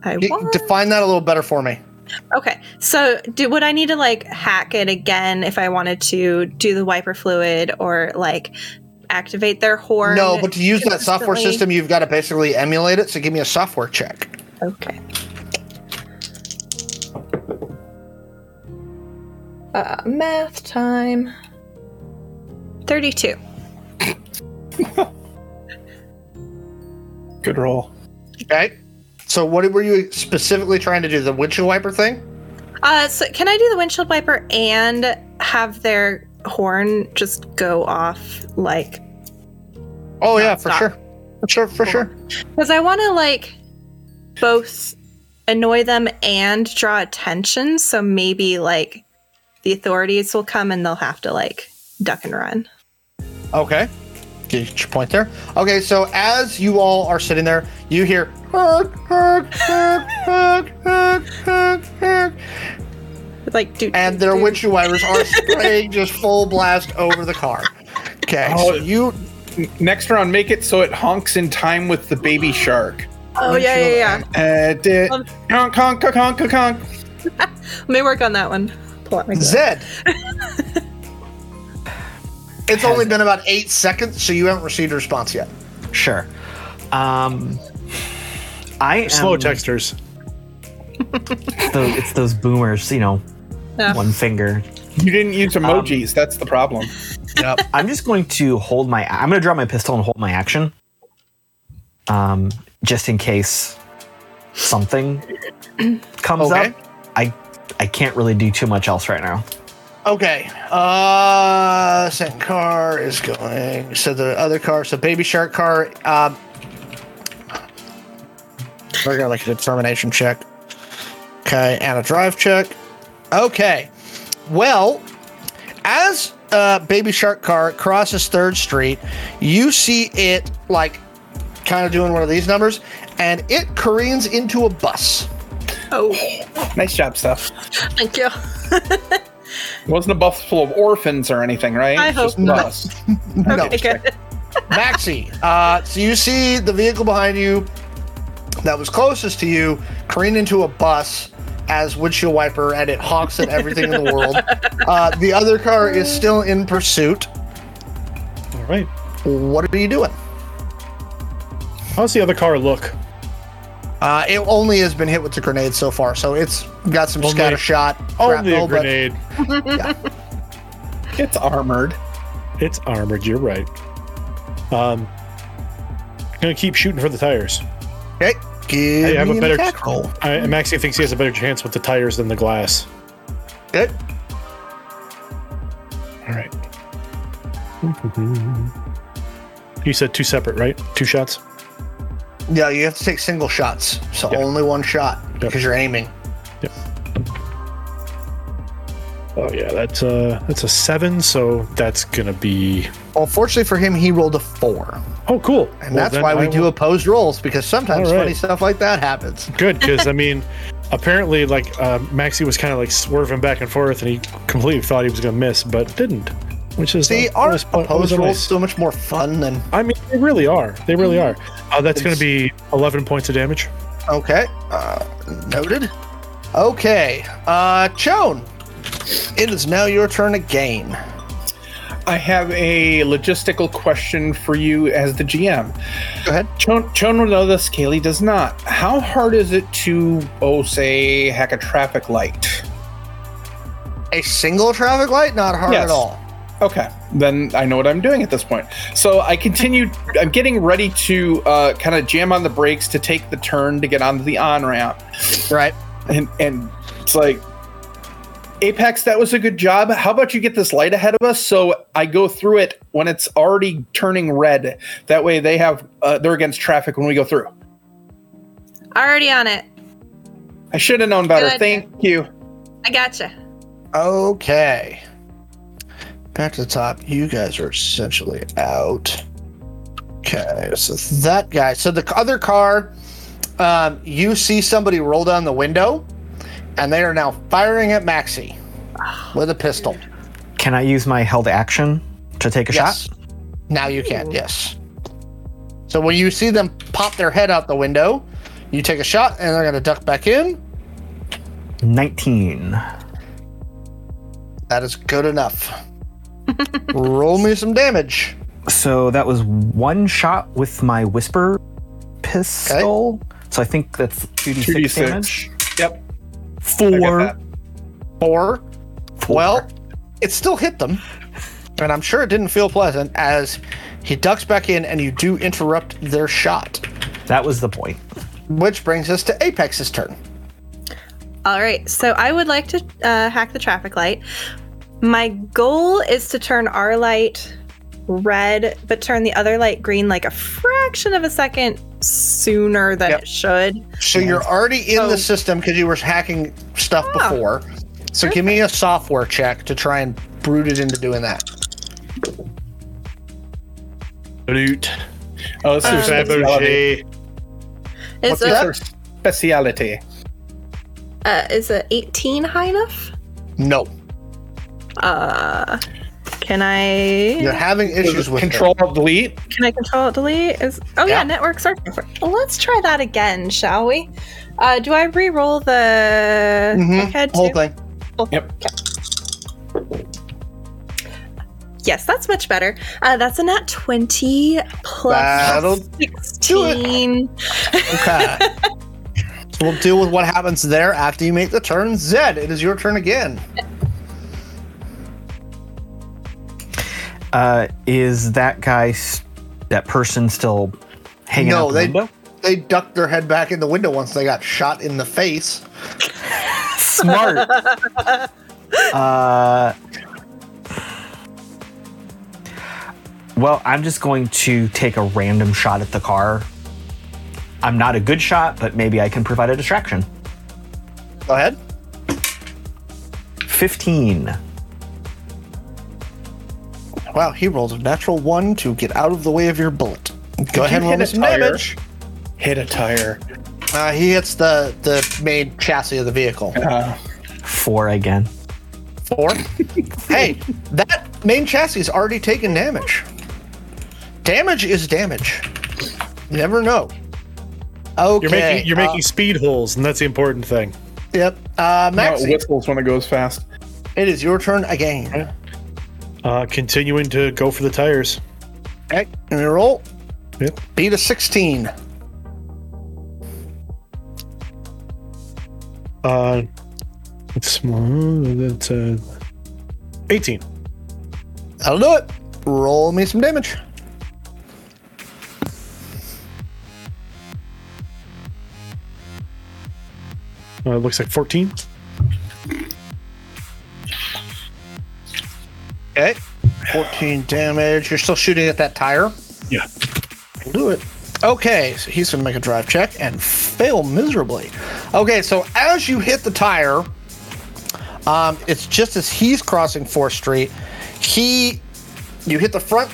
S5: I
S3: You-
S5: want.
S3: Define that a little better for me.
S5: okay, so do would I need to like hack it again if I wanted to do the wiper fluid or like activate their horn?
S3: No, but to use that software
S5: instantly?
S3: system, you've got to basically emulate it. So give me a software check.
S5: Okay. Uh, math time. Thirty-two.
S4: Good roll.
S3: Okay. So what were you specifically trying to do? The windshield wiper thing?
S5: Uh, so can I do the windshield wiper and have their horn just go off like?
S3: Oh yeah, for
S5: stop.
S3: sure. For sure, for sure.
S5: Because I want to like both annoy them and draw attention, so maybe like the authorities will come and they'll have to like duck and run.
S3: Okay. Get your point there. Okay, so as you all are sitting there, you hear "Honk, honk, honk, honk, honk, honk, honk,"
S5: Like, dude.
S3: and their witch wires are spraying just full blast over the car. Okay, so
S4: Oh.
S3: you
S4: Next round, make it so it honks in time with the baby shark.
S5: Oh yeah, yeah, yeah.
S4: Uh, di-
S5: Um,
S4: honk, honk, honk, honk, honk, honk.
S5: Let me work on that one. Pull out my glove.
S3: Zed. it's only been about eight seconds, so you haven't received a response yet.
S6: Sure. Um, I
S2: Slow
S3: Um,
S6: am
S2: texters.
S6: Those, it's those boomers, you know,
S5: Yeah.
S6: one finger.
S4: You didn't use
S5: Um,
S4: emojis. That's the problem.
S6: I'm just going to hold my. I'm going to draw my pistol and hold my action, um, just in case something [clears throat] comes
S3: Okay.
S6: up. I I can't really do too much else right now.
S3: Okay. Uh, second car is going. So the other car, so baby shark car. Um, we're gonna like a determination check. Okay, and a drive check. Okay. Well, as uh, baby shark car crosses Third Street, you see it like kind of doing one of these numbers, and it careens into a bus.
S5: Oh,
S4: Nice job, Steph.
S5: thank you.
S4: Wasn't a bus full of orphans or anything, right?
S5: I
S4: It's
S5: hope
S4: just
S5: not.
S4: bus.
S3: No.
S5: [laughs] Okay, good.
S3: Maxi, uh, so you see the vehicle behind you that was closest to you careen into a bus as windshield wiper, and it honks at everything in the world. Uh, the other car is still in pursuit.
S2: All right.
S3: What are you doing?
S2: How's the other car look?
S3: Uh, it only has been hit with the grenade so far, so it's got some
S2: Only-
S3: scatter shot.
S2: Only a
S3: shrapnel, Oh, but-
S2: grenade.
S4: It's armored.
S2: It's armored. You're right. Um, gonna keep shooting for the tires.
S3: Okay, give
S2: I have
S3: me
S2: a
S3: an
S2: better.
S3: attack roll.
S2: I, Maxie thinks he has a better chance with the tires than the glass.
S3: Okay.
S2: All right. You said two separate, right? Two shots.
S3: Yeah, you have to take single shots, so
S2: Yeah.
S3: only one shot because you're aiming.
S2: Oh yeah, that's uh that's a seven, so that's gonna be.
S3: Well, fortunately for him, he rolled a four.
S2: Oh, cool.
S3: And that's why we do opposed rolls because sometimes
S2: All right.
S3: funny stuff like that happens.
S2: good because
S3: [laughs]
S2: I mean, apparently, like uh, Maxie was kind of like swerving back and forth, and he completely thought he was gonna miss, but didn't. Which is
S3: See,
S2: uh,
S3: our
S2: was- was
S3: opposed
S2: a
S3: rolls
S2: nice-
S3: so much more fun than
S2: I mean, they really are. They really are. Uh, that's going to be 11 points of damage.
S3: okay. Uh, noted. Okay, uh, Chone, it is now your turn again.
S4: I have a logistical question for you as the GM.
S3: Go ahead.
S4: Chon, Chon will know this, Kaylee does not. How hard is it to, oh, say, hack a traffic light?
S3: A single traffic light, not hard
S4: Yes.
S3: at all.
S4: Okay, then I know what I'm doing at this point. So I continue, I'm getting ready to uh, kind of jam on the brakes to take the turn to get onto the on ramp.
S3: Right.
S4: And, and it's like, Apex, that was a good job. How about you get this light ahead of us so I go through it when it's already turning red? That way they have, uh, they're against traffic when we go through.
S5: Already on it.
S4: I should have known better.
S5: Good.
S4: Thank you.
S5: I gotcha.
S3: Okay. Back to the top. You guys are essentially out. Okay, so that guy. So the other car, um, you see somebody roll down the window, and they are now firing at Maxi with a pistol.
S6: Can I use my held action to take a
S3: Yes.
S6: shot?
S3: Now you can. Yes. So when you see them pop their head out the window, you take a shot, and they're going to duck back in.
S6: Nineteen.
S3: That is good enough. roll me some damage.
S6: So that was one shot with my whisper pistol. So I think that's two d six damage.
S4: Yep.
S6: Four.
S4: that.
S3: Four.
S6: Four.
S3: Well, it still hit them, and I'm sure it didn't feel pleasant as he ducks back in and you do interrupt their shot,
S6: that was the point.
S3: which brings us to Apex's turn.
S5: All right. So I would like to uh, hack the traffic light. My goal is to turn our light red, but turn the other light green like a fraction of a second sooner than
S3: Yep.
S5: it should.
S3: So you're already in
S5: Oh.
S3: the system because you were hacking stuff
S5: Ah.
S3: before. So give me a software check to try and brood it into doing that.
S2: Loot.
S4: Oh, this is her speciality.
S2: Sabotage.
S5: Is
S3: What's
S5: a,
S3: that?
S4: Her speciality.
S5: uh, is a 18 high enough?
S3: No,
S5: Uh, can I
S3: you're having issues with it.
S4: Control delete.
S5: can I control delete? Is oh yeah,
S3: Yeah.
S5: network search. Well, let's try that again, shall we? Uh, do I re-roll the
S3: Mhm,
S5: head
S3: Whole
S5: too?
S3: thing.
S4: Yep.
S5: Yes, that's much better. Uh, that's a nat 20 plus
S3: That'll
S5: 16.
S3: Okay. so we'll deal with what happens there after you make the turn. Zed, it is your turn again.
S6: Uh, is that guy, s- that person still hanging
S3: No,
S6: out the
S3: they- [laughs]
S6: window?
S3: They ducked their head back in the window once they got shot in the face.
S6: Smart. uh, well, I'm just going to take a random shot at the car. I'm not a good shot, but maybe I can provide a distraction.
S3: Go ahead.
S6: 15.
S3: Wow, he rolls a natural one to get out of the way of your bullet. Go ahead and
S4: hit
S3: roll me
S4: a
S3: some
S4: tire?
S3: damage.
S4: Hit a tire.
S3: Uh, he hits the the main chassis of the vehicle.
S4: Uh,
S6: Four again.
S3: Four. [laughs] hey, that main chassis is already taken damage. Damage is damage. You never know. Okay.
S2: You're making you're
S3: uh,
S2: making speed holes, and that's the important thing.
S3: yep. Uh,
S4: no, it
S3: Maxie,
S4: whistles when it goes fast.
S3: it is your turn again.
S2: Uh, continuing to go for the tires.
S3: Okay. And you roll.
S2: Yep.
S3: Beat a sixteen.
S2: Uh, it's small. That's uh, 18.
S3: That'll do it. Roll me some damage.
S2: Uh, it looks like 14.
S3: Okay. 14 damage. You're still shooting at that tire.
S2: Yeah.
S3: Do it. Okay, so he's gonna make a drive check and fail miserably. Okay, so as you hit the tire, um, it's just as he's crossing 4th Street, he you hit the front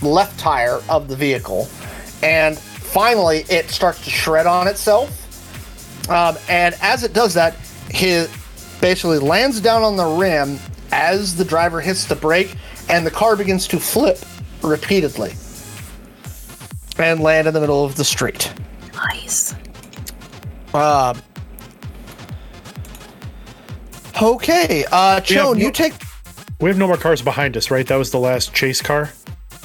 S3: left tire of the vehicle, and finally it starts to shred on itself. Um, and as it does that, he basically lands down on the rim as the driver hits the brake, and the car begins to flip repeatedly and land in the middle of the street.
S5: Nice.
S3: Um, okay, uh,
S2: We have
S3: Chone,
S2: no-
S3: you take
S2: We have no more cars behind us, right? That was the last chase car.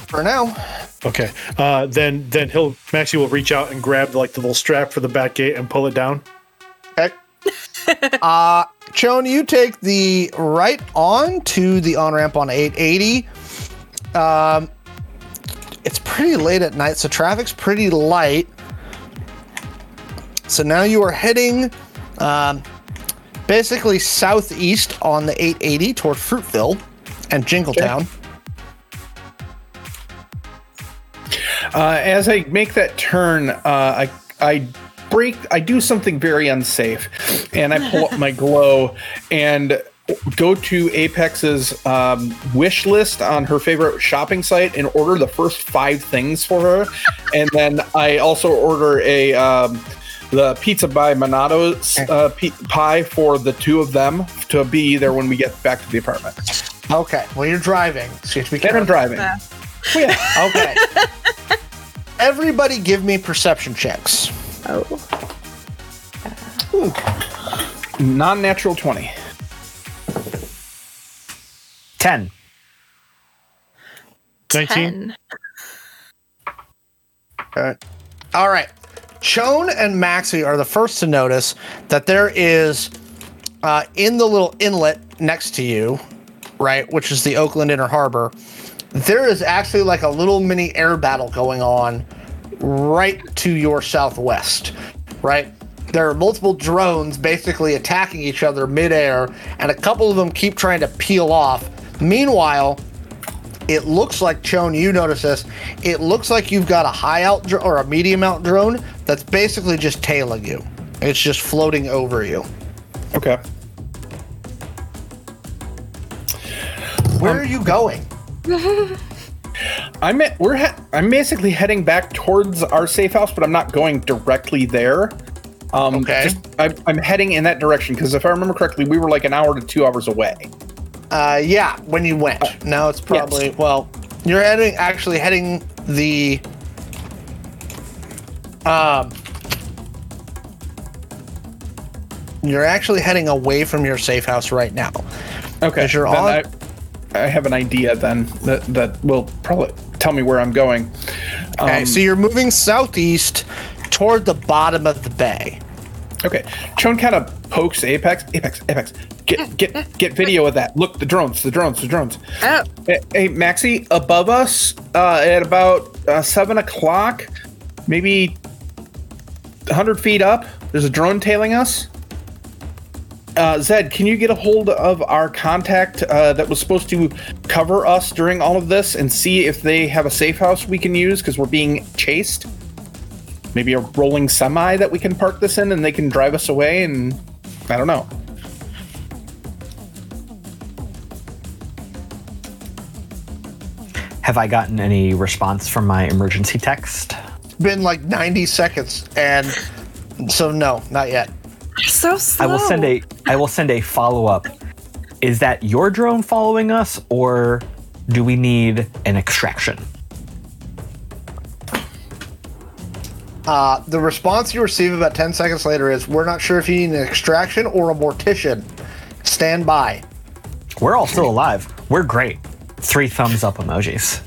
S3: for now.
S2: Okay. Uh, then then he'll Maxie will reach out and grab like the little strap for the back gate and pull it down.
S3: Okay. uh, Chone, you take the right on to the on ramp on 880. Um, it's pretty late at night, so traffic's pretty light. So now you are heading um, basically southeast on the 880 toward Fruitville and Jingletown.
S4: Uh, as I make that turn, uh, I I break. I do something very unsafe, and I pull up my glow and go to Apex's um, wish list on her favorite shopping site and order the first five things for her, and then I also order a. Um, the pizza by Monado's uh, pi- pie for the two of them to be there when we get back to the apartment.
S3: Okay, well, you're driving, so you have to be
S4: Then I'm
S3: careful.
S4: driving. Oh, yeah.
S3: [laughs] Okay. Everybody give me perception checks.
S5: Oh.
S4: Non-natural twenty.
S6: 10.
S2: 19.
S5: 10.
S3: All right. Chone and Maxie are the first to notice that there is uh, in the little inlet next to you, right, which is the Oakland Inner Harbor. There is actually like a little mini air battle going on right to your southwest, right? There are multiple drones basically attacking each other midair, and a couple of them keep trying to peel off. Meanwhile, it looks like Chone, you notice this. It looks like you've got a high out dr- or a medium out drone that's basically just tailing you. It's just floating over you.
S4: Okay.
S3: Where are you going?
S4: I'm at, we're he- I'm basically heading back towards our safe house, but I'm not going directly there. Um,
S3: Okay.
S4: just- I'm, I'm heading in that direction because if I remember correctly, we were like an hour to two hours away.
S3: Uh, yeah, when you went. now it's probably well, you're heading actually heading the um you're actually heading away from your safe house right now.
S4: Okay,
S3: As you're
S4: then
S3: on-
S4: I, I have an idea then that that will probably tell me where I'm going.
S3: Okay, so you're moving southeast toward the bottom of the bay.
S4: Okay, Chon kind of pokes Apex. Apex, Apex, get get get video of that. Look, the drones, the drones, the drones.
S5: Oh,
S4: Hey, hey Maxi, above us uh, at about uh, seven o'clock, maybe hundred feet up, there's a drone tailing us. Uh, Zed, can you get a hold of our contact uh, that was supposed to cover us during all of this and see if they have a safe house we can use because we're being chased? Maybe a rolling semi that we can park this in and they can drive us away and I don't know.
S6: Have I gotten any response from my emergency text?
S3: It's been like 90 seconds and so no, not yet.
S5: so slow.
S6: I will send a I will send a follow up. Is that your drone following us, or do we need an extraction?
S3: Uh, the response you receive about 10 seconds later is we're not sure if you need an extraction or a mortician. Stand by.
S6: We're all still alive. We're great. Three thumbs up emojis.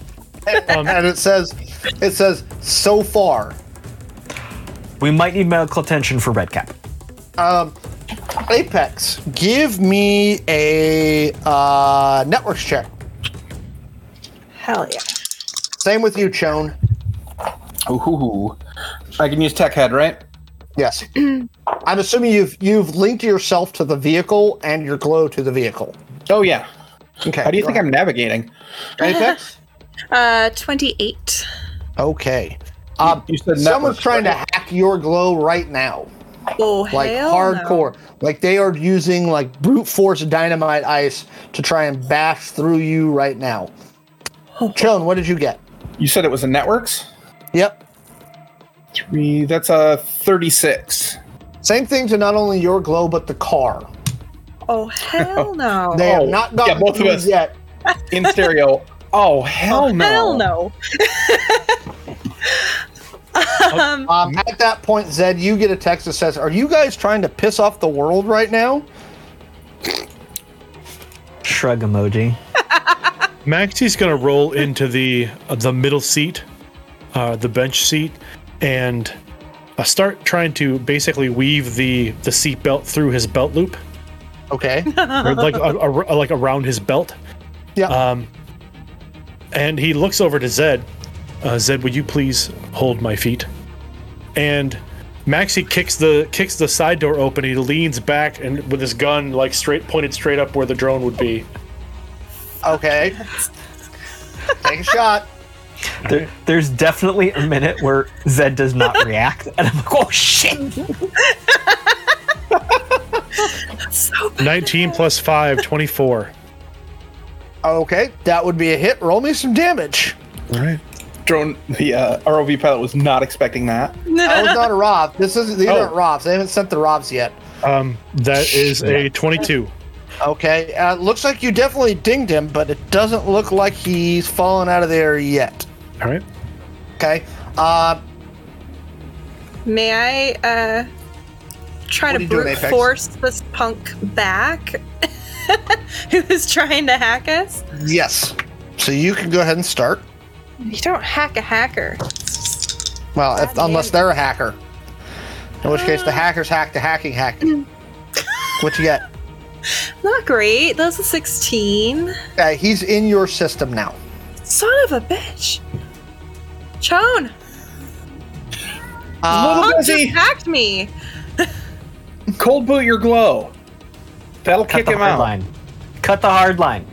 S3: [laughs] and it says it says so far
S6: We might need medical attention for red cap.
S3: apex give me a uh, networks check
S5: Hell yeah.
S3: same with you chone
S4: Ooh, I can use tech head, right?
S5: [clears throat]
S3: yes i'm assuming you've you've linked yourself to the vehicle and your glow to the vehicle
S4: Oh yeah.
S3: okay
S4: How do you think I'm navigating?
S3: i'm [laughs] apex
S5: Uh, 28.
S3: okay um,
S4: You said
S3: someone's
S4: networks,
S3: trying to hack your glow right now
S5: Oh,
S3: like
S5: hell no.
S3: hardcore like they are using like brute force dynamite ice to try and bash through you right now chone what did you get
S4: You said it was a networks?
S3: yep
S4: Three that's a thirty-six.
S3: Same thing to not only your glow but the car.
S5: Oh,
S3: [laughs]
S5: hell no.
S3: They
S4: Oh,
S3: have not
S4: yeah,
S3: gotten
S4: both of
S3: through
S4: us.
S3: yet.
S4: In [laughs] stereo. oh hell no.
S5: Hell no.
S3: Um, at that point, Zed, you get a text that says, "Are you guys trying to piss off the world right now?"
S6: Shrug emoji.
S2: Maxi's gonna roll into the uh, the middle seat, uh, the bench seat, and uh, start trying to basically weave the the seat belt through his belt loop,
S5: [laughs]
S3: Okay.
S2: or like a, a- like around his belt.
S3: Yeah.
S4: Um,
S2: And he looks over to Zed. Uh, Zed, would you please hold my feet? And Maxie kicks the kicks the side door open. He leans back and with his gun like straight pointed straight up where the drone would be.
S5: [laughs]
S3: okay. Take a shot.
S6: There, there's definitely a minute where Zed does not react, and I'm like,
S4: [laughs]
S6: oh shit!
S5: So bad.
S2: 19 plus 5, 24.
S3: Okay, that would be a hit. Roll me some damage.
S2: All right.
S4: Drone the uh, ROV pilot was not expecting that.
S3: That was not a Rob. This is these
S4: Oh.
S3: aren't Robs. They haven't sent the Robs yet.
S2: Um, that is a 22.
S3: Okay. Uh, looks like you definitely dinged him, but it doesn't look like he's fallen out of there yet.
S2: All right.
S3: Okay. Uh,
S5: May I uh, try
S3: What are
S5: to
S3: you doing,
S5: brute
S3: Apex?
S5: force this punk back [laughs] who is trying to hack us?
S3: yes. So you can go ahead and start.
S5: You don't hack a hacker.
S3: Well, if, unless they're a hacker. In which
S4: Uh.
S3: case, the hackers hack the hacking
S4: [laughs]
S3: hack. what you get?
S5: Not great. That was a 16.
S3: Uh, he's in your system now.
S5: Son of a bitch. Chone,
S3: Uh,
S5: punk
S4: Little busy.
S5: just hacked me.
S4: Cold boot your glow. That'll
S6: Cut
S4: kick
S6: the
S4: him
S6: hard
S4: out.
S6: line. Cut the hard line.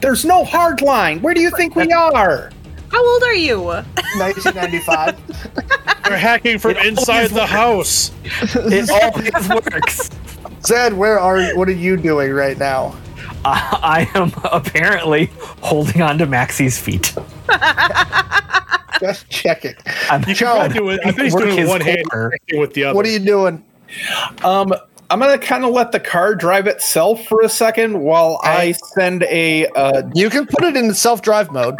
S4: There's no hard line. Where do you
S3: [laughs]
S4: think we are?
S5: How old are you?
S3: 1995.
S2: They're hacking from inside the house.
S6: It always works.
S3: Zed, where are you? What are you doing right now?
S6: I am apparently holding on to Maxie's feet.
S3: Just check it.
S6: I'm
S2: You can
S3: Joe,
S2: probably do it. I think he's
S6: work
S2: doing it
S6: his
S2: with one hand
S6: core.
S2: and with the other.
S3: What are you doing?
S4: Um, I'm gonna kind of let the car drive itself for a second while I send a. Uh,
S3: You can put it in self-drive mode.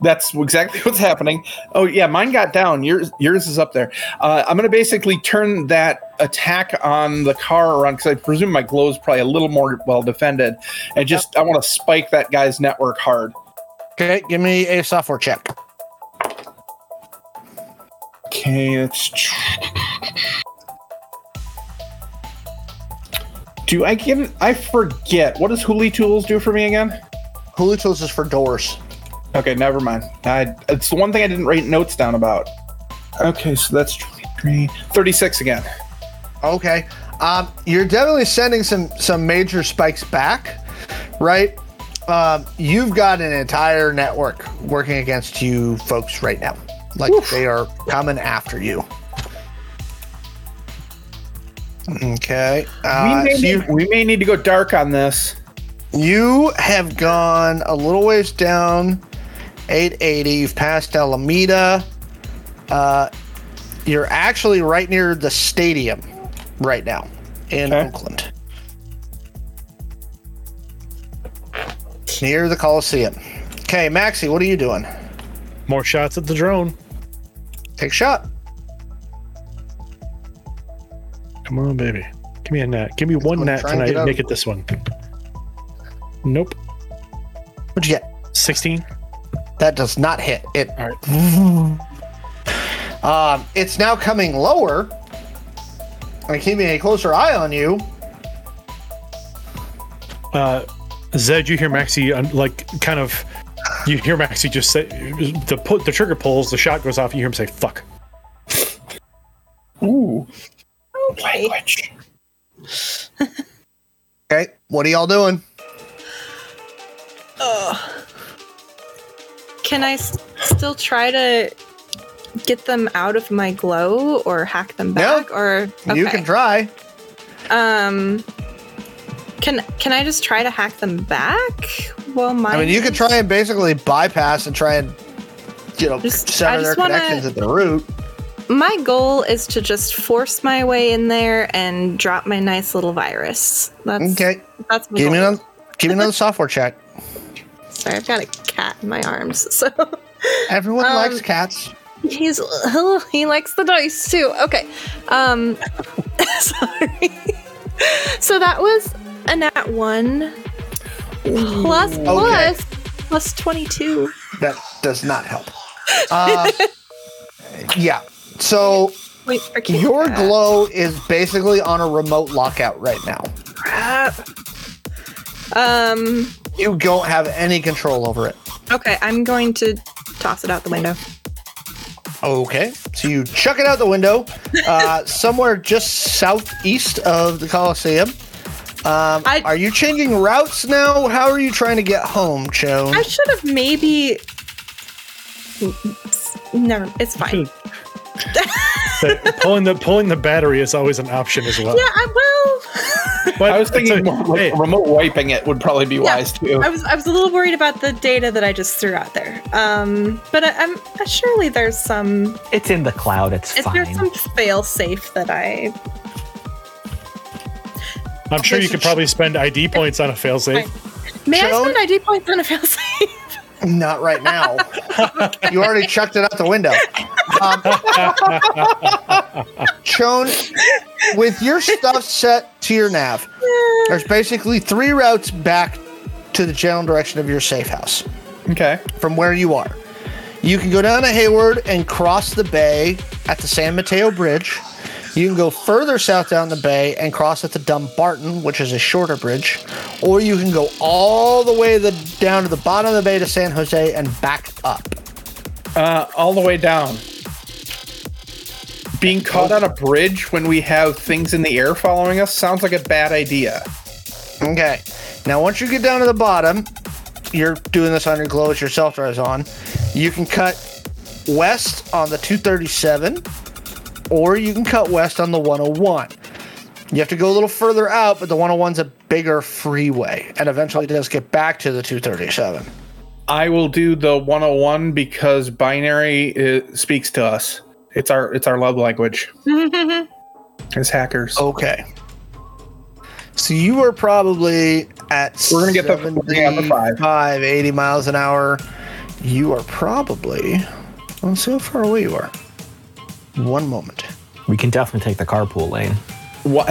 S4: that's exactly [laughs] what's happening. Oh yeah, mine got down. Yours yours is up there. Uh, I'm gonna basically turn that attack on the car around because I presume my glow is probably a little more well defended, and just I want to spike that guy's network hard.
S3: Okay, give me a software check.
S4: Okay, let's. Tr- do I get? I forget. What does Huli Tools do for me again?
S3: Hulu Tools is for doors.
S4: Okay, never mind. I, it's the one thing I didn't write notes down about. Okay, so that's 23. 36 again.
S3: Okay. Um, you're definitely sending some some major spikes back, right? Um, you've got an entire network working against you folks right now. Like they are coming after you. Okay. Uh,
S4: we, may
S3: so
S4: need,
S3: you-
S4: we may need to go dark on this.
S3: You have gone a little ways down 880. You've passed Alameda. Uh, you're actually right near the stadium right now in
S4: Okay.
S3: Oakland. It's near the Coliseum. Okay, Maxie, what are you doing?
S2: More shots at the drone.
S3: Take a shot.
S2: Come on, baby. Give me a net. Give me one
S3: gonna
S2: net
S3: try and
S2: tonight.
S3: get
S2: And
S3: out.
S2: make it this one. Nope.
S3: What'd you get?
S2: Sixteen.
S3: That does not hit. It.
S2: All right.
S3: [laughs] Um, it's now coming lower. I'm keeping a closer eye on you.
S2: Uh, Zed, you hear Maxie um, like kind of. You hear Maxie just say the put the trigger pulls, the shot goes off. You hear him say "fuck."
S4: Ooh,
S5: Okay.
S4: language.
S3: Okay, what are y'all doing?
S5: Can I s- still try to get them out of my glow or hack them
S3: Yeah.
S5: back or
S3: You
S5: okay.
S3: can try.
S5: Um, can can I just try to hack them back? Well, my
S3: I mean, you could try and basically bypass and try and, you know,
S5: Just- I
S3: center
S5: just
S3: their
S5: wanna-
S3: connections at the root.
S5: My goal is to just force my way in there and drop my nice little virus. That's
S3: Okay.
S5: That's my
S3: Give me
S5: goal.
S3: another, give me another software check.
S5: Sorry, I've got a cat in my arms, [laughs] so
S3: Everyone
S5: Um,
S3: likes cats.
S5: he's [laughs] he likes the dice too. Okay, um, [laughs] sorry. so that was a nat one plus plus plus twenty two.
S3: That does not help.
S5: [laughs]
S3: Uh, yeah. So
S5: Wait, I can't
S3: your
S5: do that.
S3: glow is basically on a remote lockout right now.
S5: Crap. Um.
S3: You don't have any control over it.
S5: Okay, I'm going to toss it out the window.
S3: Okay. So you chuck it out the window, uh, somewhere just southeast of the Coliseum. Um,
S5: I-
S3: are you changing routes now? How are you trying to get home, Joan?
S5: I should have maybe. Never. It's fine.
S3: Hmm.
S2: That- pulling the pulling the battery is always an option as well.
S5: Yeah, I will.
S2: But
S4: I was
S2: it's
S4: thinking
S2: a-
S4: more like
S2: hey,
S4: remote wiping it would probably be
S5: Yeah,
S4: wise too.
S5: [laughs] I was I was a little worried about the data that I just threw out there. Um, but I, I'm uh, surely there's some
S6: It's in the cloud. It's
S5: is there
S6: fine.
S5: some fail safe that I
S2: I'm sure you could probably spend ID points on a failsafe.
S5: may I
S3: Joan?
S5: spend ID points on a fail safe?
S3: Not right now. You already chucked it out the window. Um, Chone, with your stuff set to your nav, there's basically three routes back to the general direction of your safe house
S4: Okay.
S3: from where you are. You can go down to Hayward and cross the bay at the San Mateo Bridge. You can go further south down the bay and cross at the Dumbarton, which is a shorter bridge, or you can go all the way the, down to the bottom of the bay to San Jose and back up.
S4: Uh, all the way down. Being caught on a bridge when we have things in the air following us sounds like a bad idea.
S3: Okay. Now, once you get down to the bottom, you're doing this on your glow with your self drives on. You can cut west on the 237, or you can cut west on the 101. You have to go a little further out, but the 101's a bigger freeway, and eventually does get back to the 237.
S4: I will do the 101 because binary uh speaks to us. It's our it's our love
S5: [laughs]
S4: language. As hackers,
S3: Okay. So you were probably at
S4: We're gonna get the- we're gonna get the five.
S3: 75, 80 miles an hour. You are probably. Let's see how far away you are. One moment.
S6: We can definitely take the carpool lane.
S4: Wha- [laughs]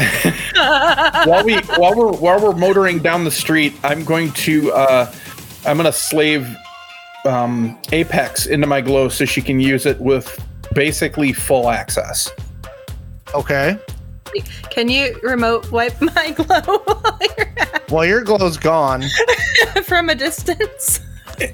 S4: while we while we're while we're motoring down the street, I'm going to uh, I'm gonna slave um, Apex into my glow so she can use it with basically full access.
S3: Okay.
S5: Can you remote wipe my [laughs] glow while you're at-
S3: Well, your glow's
S4: [laughs]
S3: gone.
S5: from a distance?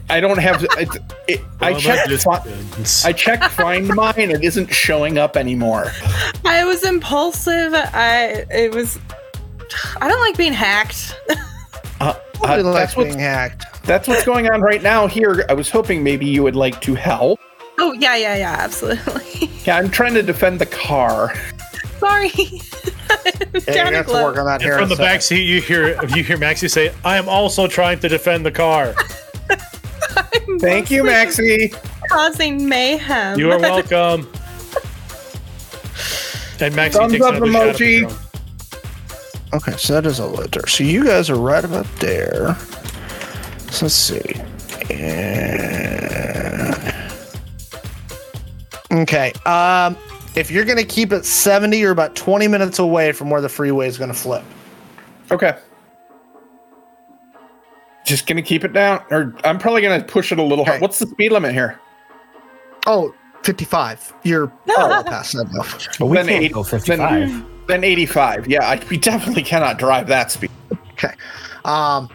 S4: I don't have [laughs] it, it, I
S2: Well,
S4: checked
S2: that
S4: fi-
S2: distance.
S4: I checked find mine. It isn't showing up anymore. Uh,
S5: I was impulsive. I it was. I don't like being hacked.
S4: Uh, uh,
S3: Nobody likes
S4: that's what's
S3: being hacked.
S4: that's what's going on right now here. I was hoping maybe you would like to help.
S5: Oh yeah, yeah, yeah, absolutely.
S4: Yeah, I'm trying to defend the car.
S5: [laughs] Sorry.
S3: Yeah, you're
S5: Down
S3: gonna
S5: a
S3: have to work
S5: glow.
S3: on that
S2: And
S3: here.
S2: from the
S3: in a
S2: back seat, you hear you hear Maxie say, "I am also trying to defend the car."
S4: Thank you, Maxie.
S5: Causing mayhem.
S4: [laughs]
S2: You are welcome. And Maxie
S4: Thumbs
S2: takes
S4: up
S2: another shot at the
S4: emoji.
S2: drone.
S3: second. Okay, so that is a litter. So you guys are right about there. So let's see. And- Okay. Um, if you're gonna keep it 70, you're about 20 minutes away from where the freeway is gonna flip.
S4: Okay. Just gonna keep it down, or I'm probably gonna push it a little hard.
S3: Okay.
S4: What's the speed limit here?
S3: Oh, 55. You're oh, well past that now.
S6: But we
S4: Then
S6: can't
S4: eight-
S6: go
S4: then-
S6: 55.
S4: Then 85. Yeah, I, we definitely cannot drive that speed.
S3: Okay. Um,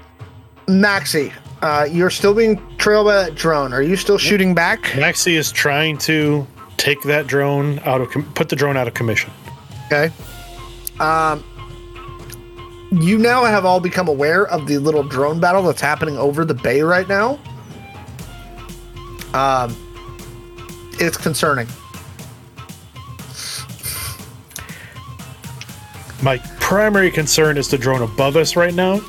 S3: Maxi, uh, you're still being trailed by that drone. Are you still shooting back?
S2: Maxie is trying to take that drone out of com- put the drone out of commission.
S3: Okay. Um, you now have all become aware of the little drone battle that's happening over the bay right now. Um, it's concerning.
S2: My primary concern is the drone above us right
S4: [laughs]
S2: now.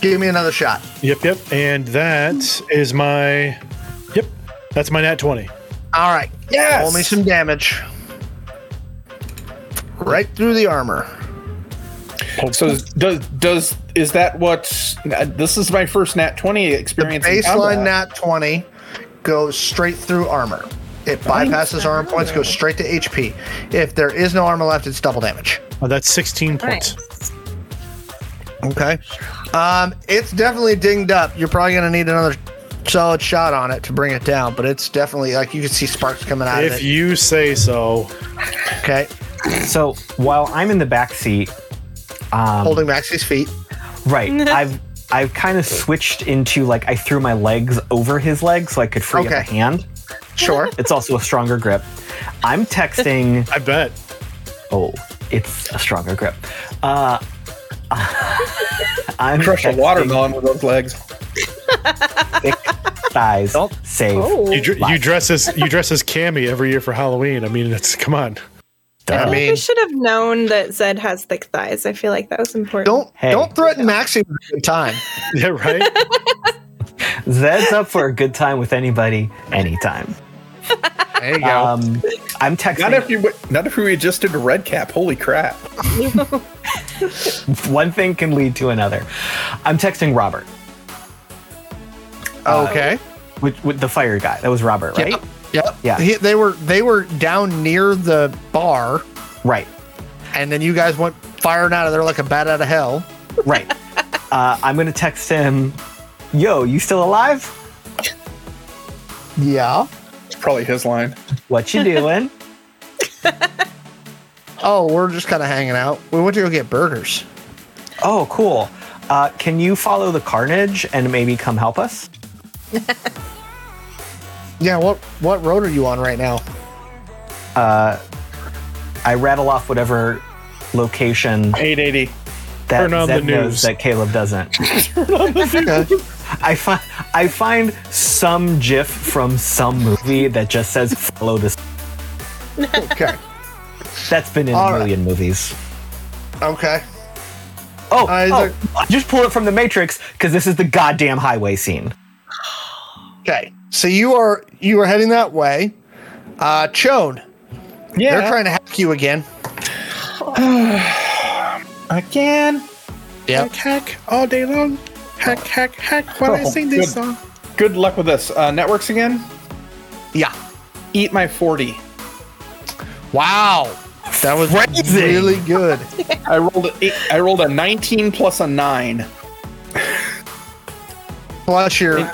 S3: Give me another shot.
S2: Yep, yep. And that is my Yep. That's my nat 20.
S3: All right.
S4: Yes!
S3: Roll me some damage. Right through the armor.
S4: So is- does does is that what? uh, This is my first Nat 20 experience. in combat.
S3: Baseline nat 20 goes straight through armor. It bypasses armor points, goes straight to HP. If there is no armor left, it's double damage.
S2: Oh, that's 16 points.
S5: Nice.
S3: Okay. Um, it's definitely dinged up. You're probably gonna need another solid shot on it to bring it down, but it's definitely like you can see sparks coming out of
S2: If
S3: it.
S2: you say so.
S3: okay.
S6: So while I'm in the back seat, um,
S3: Holding Maxi's feet.
S5: [laughs]
S6: right, I've I've kind of switched into like I threw my legs over his legs so I could free
S3: Okay.
S6: up a hand.
S3: [laughs] Sure.
S6: It's also a stronger grip. I'm texting.
S2: I bet.
S6: oh, it's a stronger grip. Uh, [laughs] I'm
S4: Crush a
S6: texting
S4: watermelon with those legs.
S6: Thick thighs. save.
S4: Oh,
S5: Oh.
S2: You, dr- you
S6: Lies.
S2: dress as you dress as Cammy every year for Halloween. I mean, it's come on.
S6: Duh.
S3: I mean,
S5: We should have known that Zed has thick thighs. I feel like that was important.
S3: don't
S6: Hey.
S3: don't threaten Maxi with a good time.
S2: [laughs]
S4: [laughs]
S2: Yeah, right?
S6: Zed's up for a good time with anybody, anytime.
S4: There you go.
S6: Um, I'm texting.
S4: not if you w- not if we just did a red cap. Holy crap!
S6: One thing can lead to another. I'm texting Robert
S3: Okay.
S6: with, with the fire guy. That was Robert, uh, right?
S3: Yep. Yep.
S6: Yeah.
S3: He, they were they were down near the bar,
S6: Right.
S3: and then you guys went firing out of there like a bat out of hell.
S4: [laughs]
S6: Right. uh, I'm gonna text him. Yo, you still alive?
S3: Yeah.
S4: It's probably his line.
S6: What
S4: [laughs]
S6: you doing?
S3: Oh, we're just kind of hanging out. We went to go get burgers.
S6: oh, cool. Uh, can you follow the carnage and maybe come help us?
S3: Yeah. What what road are you on right now?
S6: I rattle off whatever location
S4: 880.
S6: that
S2: Turn on
S6: Zed
S2: the
S6: knows
S2: news.
S6: that Caleb doesn't.
S3: Okay.
S6: I find I find some GIF from some movie that just says "follow this."
S3: [laughs] okay.
S6: That's been in
S3: All
S6: a
S3: right.
S6: million movies.
S3: Okay.
S6: Oh,
S3: Uh, is
S6: oh,
S3: there-
S6: I just pulled it from the Matrix because this is the goddamn highway scene.
S3: Okay. So you are you are heading that way. Uh Chone,
S4: Yeah.
S3: they're trying to hack you again.
S4: Again.
S3: Yeah.
S2: Hack, hack all day long. Hack, hack, hack when I
S4: Oh,
S2: sing this
S4: good.
S2: song.
S4: Good luck with this. Uh, networks again.
S3: Yeah.
S4: Eat my 40.
S3: Wow. That was
S6: Crazy.
S3: really good.
S4: I rolled a eight, I rolled a 19 plus a 9.
S3: Plus your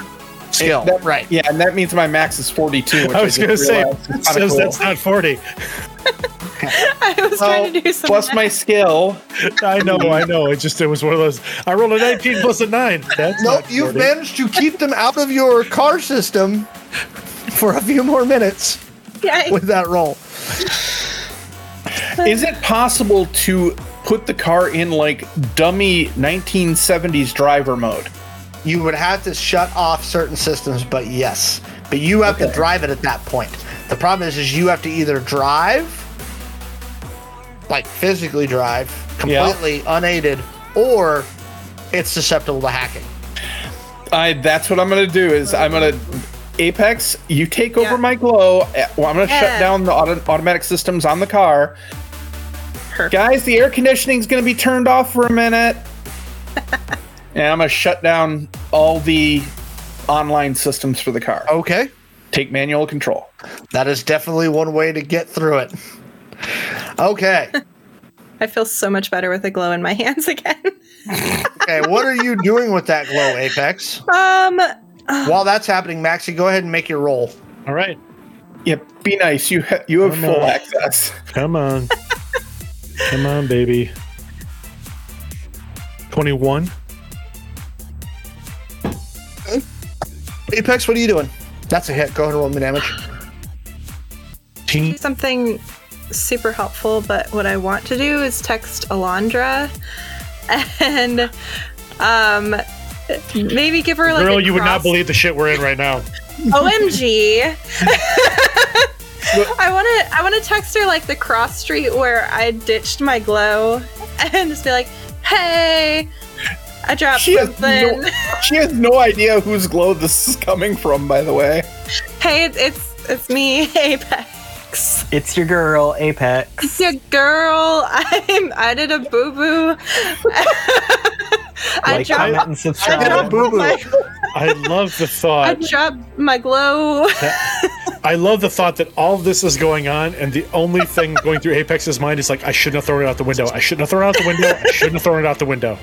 S3: skill.
S4: That-
S3: right.
S4: Yeah, and that means my max is 42. Which
S2: I was
S4: just
S2: going to say, [laughs]
S4: realized is
S2: it
S4: kinda
S2: says
S4: cool.
S2: that's not 40.
S5: [laughs] I was trying to do something.
S4: plus my skill.
S2: [laughs] I know, I know. It just, it was one of those. I rolled a 19 plus a 9. That's
S3: Nope,
S2: not
S3: you've
S2: 40.
S3: managed to keep them out of your car system for a few more minutes
S5: Yeah,
S3: with that roll.
S4: Is it possible to put the car in like dummy 1970s driver mode?
S3: You would have to shut off certain systems, but yes. But you have to drive it at that point. The problem is, is you have to either drive, like physically drive,
S4: Yeah.
S3: completely unaided, or it's susceptible to hacking.
S4: I that's what I'm gonna do is I'm gonna Apex, you take over
S5: Yeah.
S4: my glow. Uh, Well, I'm gonna
S5: Yeah.
S4: shut down the auto- automatic systems on the car.
S5: Perfect.
S4: Guys, the air conditioning's gonna be turned off for a
S5: [laughs]
S4: minute. and I'm gonna shut down all the online systems for the car.
S3: Okay.
S4: Take manual control.
S3: That is definitely one way to get through it. Okay.
S5: I feel so much better with a glow in my [laughs] hands again.
S3: Okay. what are you doing with that glow, Apex?
S5: Um,
S3: While that's happening, Maxie, go ahead and make your roll.
S2: All right.
S4: Yeah, be nice. You ha- you have
S2: I'm
S4: full
S5: [laughs]
S2: not-
S4: access.
S2: Come on. Come on, baby. 21.
S3: Apex, what are you doing? That's a hit. Go ahead and roll me damage.
S5: do something super helpful, but what I want to do is text Alondra and um maybe give her like
S2: Girl,
S5: a
S2: you would not
S5: cross-
S2: believe the shit we're in right now.
S5: OMG. I want to I want to text her like the cross street where I ditched my glow and just be like, "Hey, I dropped
S4: She has,
S5: something.
S4: no, [laughs] she has no idea whose glow this is coming from, by the way.
S5: [laughs] hey, it's, it's it's me, Apex.
S6: It's your girl, Apex.
S5: It's your girl. [laughs] I'm I did a boo boo. [laughs] I
S6: like,
S5: dropped
S6: comment, and
S5: I
S6: subscribe.
S5: dropped my
S2: [laughs] I love the
S5: I
S2: thought.
S5: dropped my glow. [laughs]
S2: I love the thought that all of this is going on, and the only thing going through Apex's mind is like, I shouldn't have thrown it out the window. I shouldn't have thrown it out the window. I shouldn't have thrown it out the window.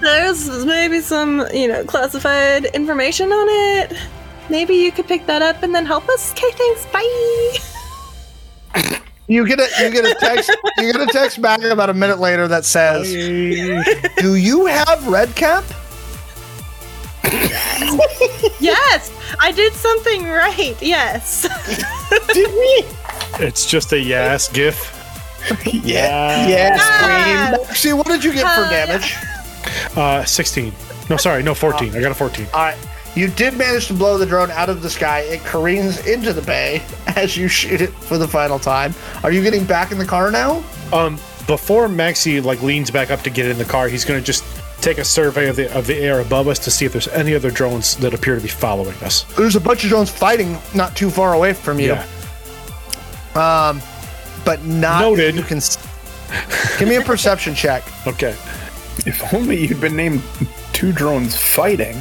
S5: There's maybe some, you know, classified information on it. Maybe you could pick that up and then help us. Okay, thanks. Bye.
S3: You get a you get a text you get a text back about a minute later that says, "Do you have red cap?"
S5: yes, I did something right. Yes.
S4: Did we?
S2: It's just a yes gif.
S4: Yeah.
S5: [laughs] Ah!
S4: Yes,
S5: Yes.
S3: See, what did you get for
S5: Uh,
S3: damage?
S2: Uh, 16. No, sorry, no, 14. I got a 14.
S3: All right, you did manage to blow the drone out of the sky. It careens into the bay [laughs] as you shoot it for the final time. Are you getting back in the car now?
S2: Um, before Maxi like leans back up to get in the car, he's gonna just take a survey of the of the air above us to see if there's any other drones that appear to be following us.
S3: There's a bunch of drones fighting not too far away from you, Um, but not
S2: Noted.
S3: You can s- give me a perception check.
S2: Okay.
S4: Green. If only you'd been named two drones fighting.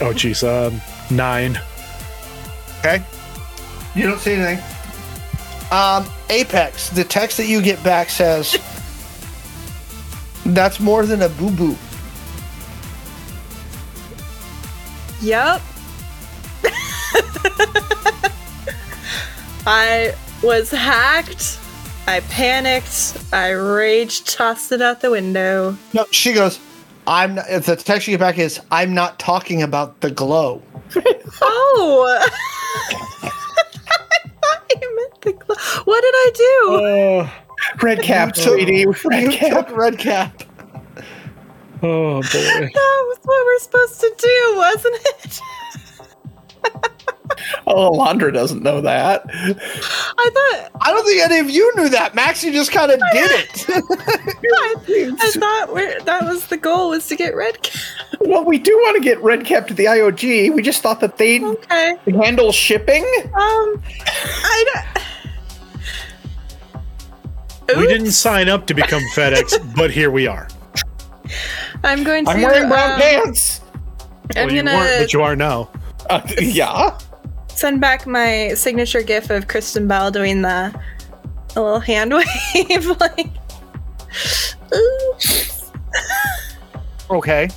S2: Oh jeez. Um, nine.
S3: Okay. You don't see anything. Um, Apex, the text that you get back says, That's more than a boo boo.
S5: Yep. [laughs] I was hacked. I panicked. I rage tossed it out the window.
S3: No, she goes, I'm not, the text you get back is, I'm not talking about the glow.
S5: Oh! [laughs] I thought you meant the glo- What did I do?
S2: Oh,
S4: Red cap, sweetie. Red
S3: You
S4: cap.
S3: took [laughs] red cap.
S2: oh boy.
S5: That was what we're supposed to do, wasn't it?
S4: Oh, Alondra doesn't know that.
S5: [laughs] I thought
S3: I don't think any of you knew that. Maxie just kind [laughs] of did it.
S5: I, I thought we're, that was the goal was to get red. Cap.
S4: Well, we do want to get red cap to the IOG. We just thought that they'd
S5: Okay.
S4: handle shipping.
S5: Um, I don't.
S2: We
S5: Oops.
S2: didn't sign up
S5: [laughs]
S2: to become FedEx, but here we are.
S5: I'm going to.
S4: I'm wearing brown
S5: um,
S4: pants.
S5: I'm
S2: well, you weren't,
S5: gonna
S2: but you are now.
S4: Uh, yeah.
S5: send back my signature gif of Kristen Bell doing the, the little hand [laughs] wave, like. "Ooh."
S3: okay.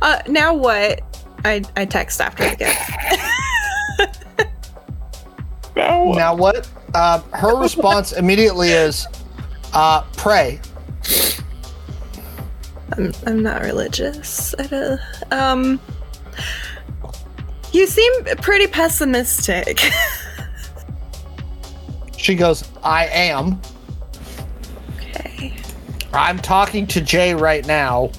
S5: Uh, now what? I I text after the gif.
S4: No.
S3: Now what? Uh, her response immediately is, uh, "Pray."
S5: I'm, I'm not religious. I don't, um, you seem pretty pessimistic. [laughs]
S3: She goes, "I am.
S5: okay,
S3: I'm talking to Jay right now,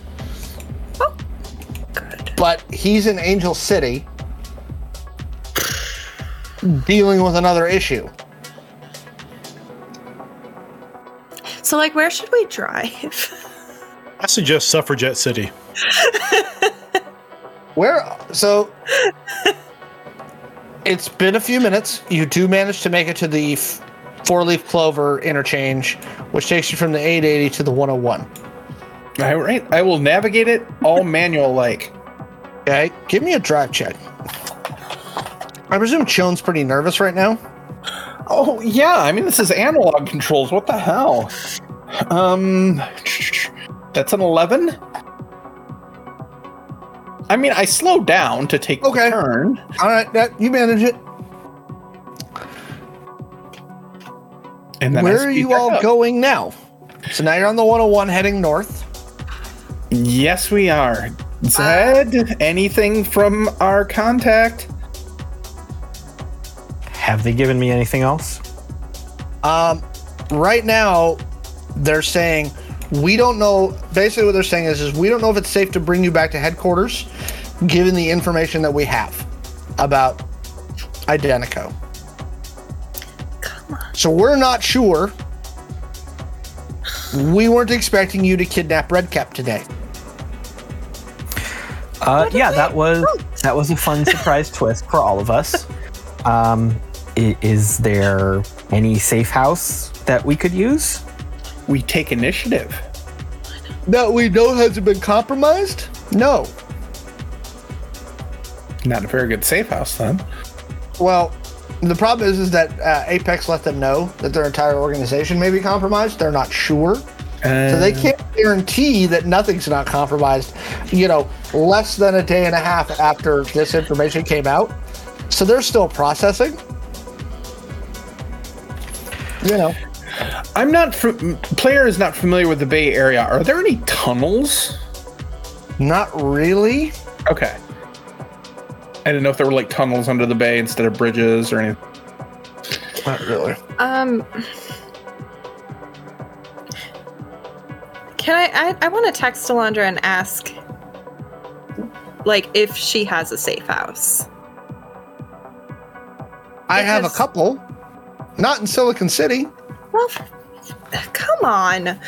S5: good.
S3: but he's in Angel City, dealing with another issue."
S5: So, like, where should we drive?
S2: I suggest Suffragette City.
S3: Where? So it's been a few minutes. You do manage to make it to the f- four-leaf clover interchange, which takes you from the 880 to the 101.
S4: All right. I will navigate it all manual like.
S3: Okay, give me a drive check. I presume Chon's pretty nervous right now.
S4: Oh yeah, I mean this is analog controls. What the hell? Um, that's an eleven. I mean, I slowed down to take
S3: Okay.
S4: the turn.
S3: All right, that, you manage it.
S4: And then I
S3: Where are
S4: speed
S3: you
S4: back
S3: all
S4: up.
S3: going now? So now you're on the 101 heading north.
S4: Yes, we are. Zed, anything from our contact?
S6: Have they given me anything else?
S3: Um, right now, they're saying we don't know. Basically, what they're saying is, is we don't know if it's safe to bring you back to headquarters, given the information that we have about Identico.
S5: Come on.
S3: So we're not sure. We weren't expecting you to kidnap Redcap today.
S6: Uh, yeah, that was that was a fun surprise twist for all of us. Um, i- is there any safe house that we could use?
S4: We take initiative.
S3: That we know hasn't been compromised. No.
S4: Not a very good safe house then.
S3: Well, the problem is, is that uh, Apex let them know that their entire organization may be compromised. They're not sure.
S4: Uh,
S3: So they can't guarantee that nothing's not compromised, you know, less than a day and a half after this information came out. So they're still processing. You know,
S4: I'm not. Fr- player is not familiar with the Bay Area. Are there any tunnels?
S3: not really.
S4: Okay. I didn't know if there were like tunnels under the bay instead of bridges or anything.
S3: Not really.
S5: Um, can I? I, I want to text Alondra and ask, like, if she has a safe house.
S3: I have a
S5: Because-
S3: couple, not in Silicon City.
S5: Well, f- come on. [laughs]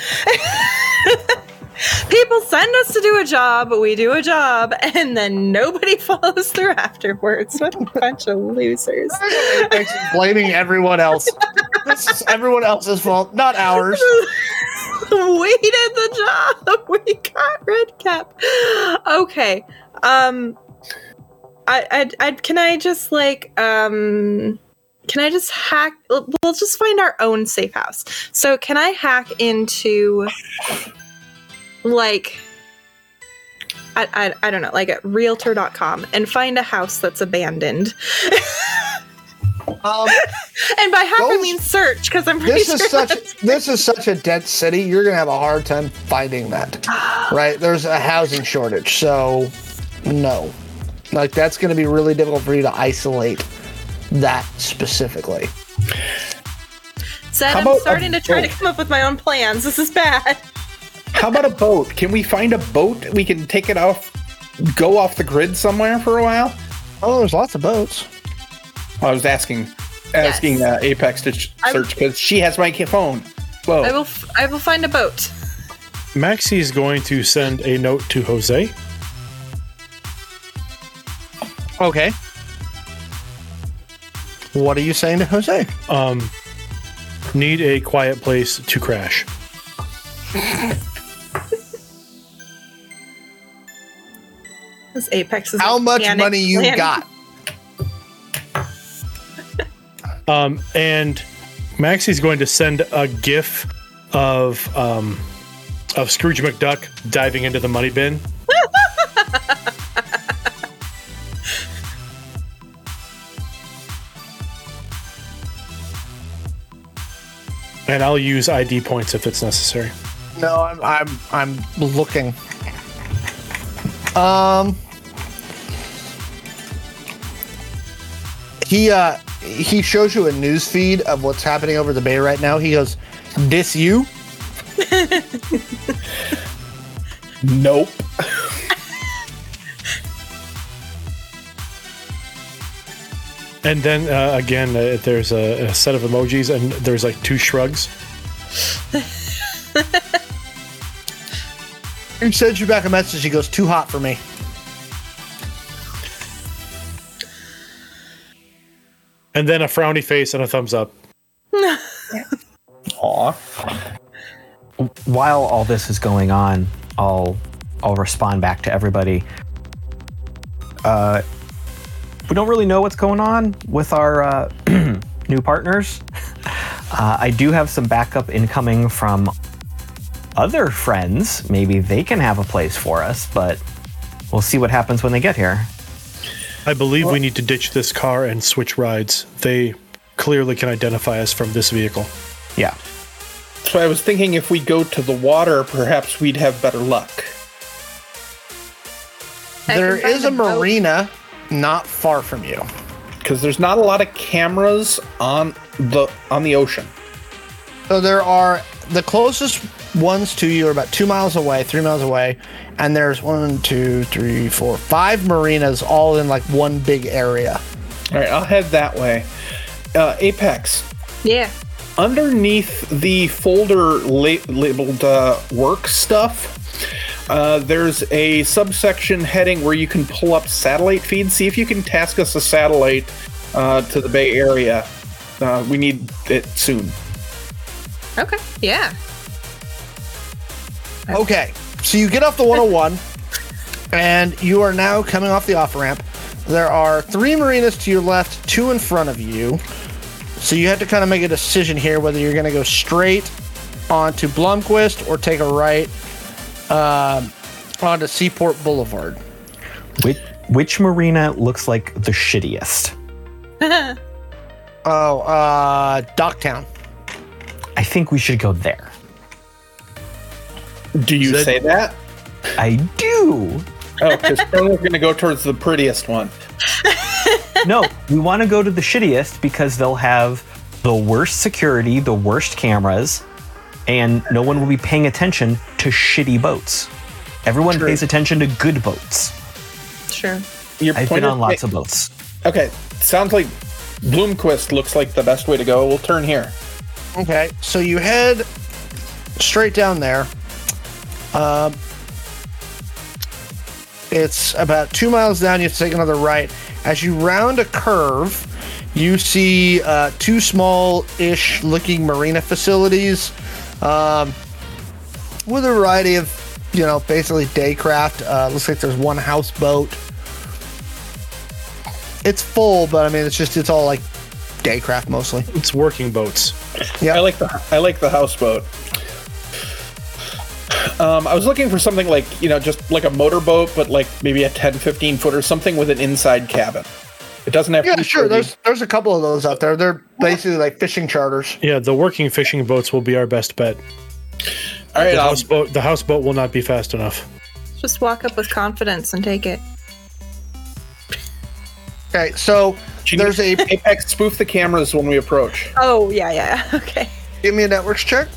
S5: People send us to do a job, we do a job, and then nobody [laughs] follows through afterwards. What a bunch of losers.
S3: Apex is blaming everyone else. This is everyone else's fault, not ours.
S5: [laughs] we did the job. [laughs] We got red cap. Okay. Um I I'd, I'd can I just like um can I just hack we'll we'll just find our own safe house. So can I hack into like I, I, I don't know, like at realtor.com and find a house that's abandoned.
S3: Um,
S5: And by hack, I
S3: Those-
S5: mean search, because I'm pretty
S3: this
S5: sure
S3: is such this is such a dense city. You're gonna have a hard time finding
S5: [gasps]
S3: that. right? There's a housing shortage, so no. Like that's going to be really difficult for you to isolate that specifically.
S5: Said
S4: How
S5: I'm
S4: about a
S5: starting to try to
S4: vote?
S5: come up with my own plans. This is bad.
S4: How about a boat? Can we find a boat? We can take it off, go off the grid somewhere for a while.
S3: Oh, there's lots of boats.
S4: I was asking asking
S5: Yes.
S4: uh, Apex to ch-
S5: I-
S4: search because she has my ca- phone. Whoa.
S5: I will. F- I will find a boat.
S2: Maxie is going to send a note to Jose.
S3: Okay. What are you saying to Jose?
S2: Um, need a quiet place to crash.
S5: This Apex is
S3: How
S5: a
S3: much
S5: panic
S3: money you
S5: plan.
S3: got?
S2: Um, and Maxie's going to send a GIF of um, of Scrooge McDuck diving into the money bin. [laughs] and I'll use ID points if it's necessary.
S3: No, I'm I'm I'm looking. Um He uh he shows you a news feed of what's happening over the bay right now. He goes, "Dis you?"
S4: Nope.
S2: And then uh, again, uh, there's a, a set of emojis, and there's like two shrugs.
S3: He sends you back a message. He goes, "Too hot for me."
S2: and then a frowny face and a thumbs up.
S4: Aw.
S6: While all this is going on, I'll I'll respond back to everybody. Uh, we don't really know what's going on with our uh, [clears throat] new partners. [laughs] Uh, I do have some backup incoming from other friends. Maybe they can have a place for us, but we'll see what happens when they get here.
S2: I believe we need to ditch this car and switch rides. They clearly can identify us from this vehicle.
S6: Yeah.
S4: So I was thinking if we go to the water, perhaps we'd have better luck.
S5: [laughs] I
S3: There
S5: can find
S3: is a
S5: boat.
S3: marina not far from you.
S4: Because there's not a lot of cameras on the on the ocean.
S3: So there are the closest ones to you are about two miles away, three miles away, and there's one, two, three, four, five marinas all in like one big area.
S4: All right, I'll head that way. Uh, Apex,
S5: Yeah.
S4: underneath the folder la- labeled uh, work stuff, uh, there's a subsection heading where you can pull up satellite feeds. See if you can task us a satellite uh, to the Bay Area. Uh, we need it soon.
S5: Okay. Yeah.
S3: Okay, so you get off the 101, and you are now coming off the off ramp. There are three marinas to your left, two in front of you. So you have to kind of make a decision here whether you're going to go straight onto Blumquist or take a right um, onto Seaport Boulevard.
S6: Which, which marina looks like the shittiest?
S3: Oh, uh, Docktown.
S6: I think we should go there.
S4: Do you say that?
S6: I do.
S4: Oh, because we're going to go towards the prettiest one.
S6: no, we want to go to the shittiest because they'll have the worst security, the worst cameras, and no one will be paying attention to shitty boats. Everyone pays attention to good boats.
S5: Sure.
S4: Your
S6: I've
S4: point
S6: been
S4: is
S6: on lots
S4: ma-
S6: of boats.
S4: Okay, sounds like Bloomquist looks like the best way to go. We'll turn here.
S3: Okay, so you head straight down there. Um, it's about two miles down. You have to take another right. As you round a curve, you see uh, two small-ish looking marina facilities um, with a variety of, you know, basically daycraft. Uh, looks like there's one houseboat. It's full, but I mean, it's just it's all like daycraft mostly.
S2: It's working boats.
S3: Yeah.
S4: I like the I like the houseboat. Um, I was looking for something like you know just like a motorboat, but like maybe a 10, 15 foot or something with an inside cabin. It doesn't have to
S3: Yeah,
S4: be
S3: sure.
S4: pretty.
S3: There's there's a couple of those out there. They're basically like fishing charters.
S2: Yeah, the working fishing boats will be our best bet.
S4: All right,
S2: The
S4: I'll,
S2: houseboat, the houseboat will not be fast enough.
S5: Just walk up with confidence and take it.
S3: Okay, so there's a
S4: Apex spoof the cameras when we approach.
S5: Oh yeah, yeah. [laughs] Okay.
S3: give me a networks check.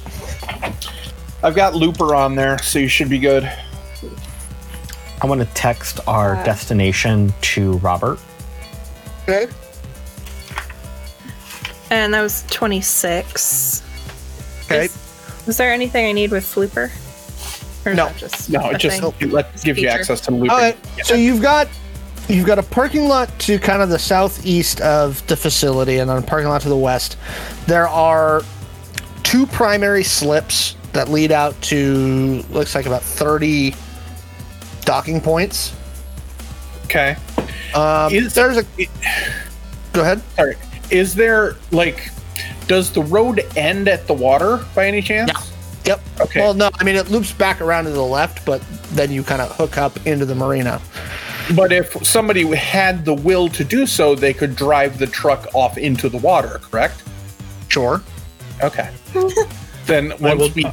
S4: I've got Looper on there, so you should be good.
S6: I want to text our destination to Robert.
S3: Okay.
S5: and that was 26.
S3: Okay.
S5: Was there anything I need with Flooper? Or is
S3: No.
S5: that just
S4: No,
S5: a
S4: it just
S5: thing?
S4: it let, gives you
S5: Feature.
S4: access to looping.
S3: All right. So you've got you've got a parking lot to kind of the southeast of the facility, and then a parking lot to the west. There are two primary slips that lead out to looks like about thirty docking points.
S4: Okay.
S3: Um,
S4: Is-
S3: there's a go ahead.
S4: All right. Is there like, does the road end at the water by any chance?
S3: Yep.
S4: Okay.
S3: Well, no, I mean it loops back around to the left, but then you kind of hook up into the marina.
S4: But if somebody had the will to do so, they could drive the truck off into the water, correct?
S3: Sure.
S4: Okay. then
S2: I
S4: once
S2: will,
S4: we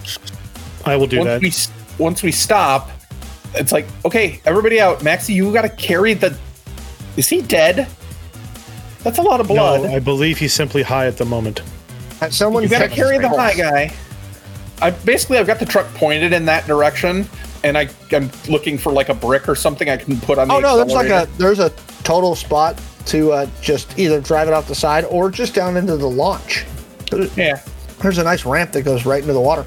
S2: I will do
S4: once
S2: that.
S4: we s- once we stop, it's like okay, everybody out. Maxi, you got to carry the. Is he dead? That's a lot of blood.
S2: No, I believe he's simply high at the moment.
S3: Have Someone
S4: you got to
S3: pick-
S4: carry the high guy. I basically I've got the truck pointed in that direction, and I I'm looking for like a brick or something I can put on. The
S3: Oh no, there's like a
S4: accelerator.
S3: there's a total spot to uh, just either drive it off the side or just down into the launch.
S4: yeah.
S3: There's a nice ramp that goes right into the water.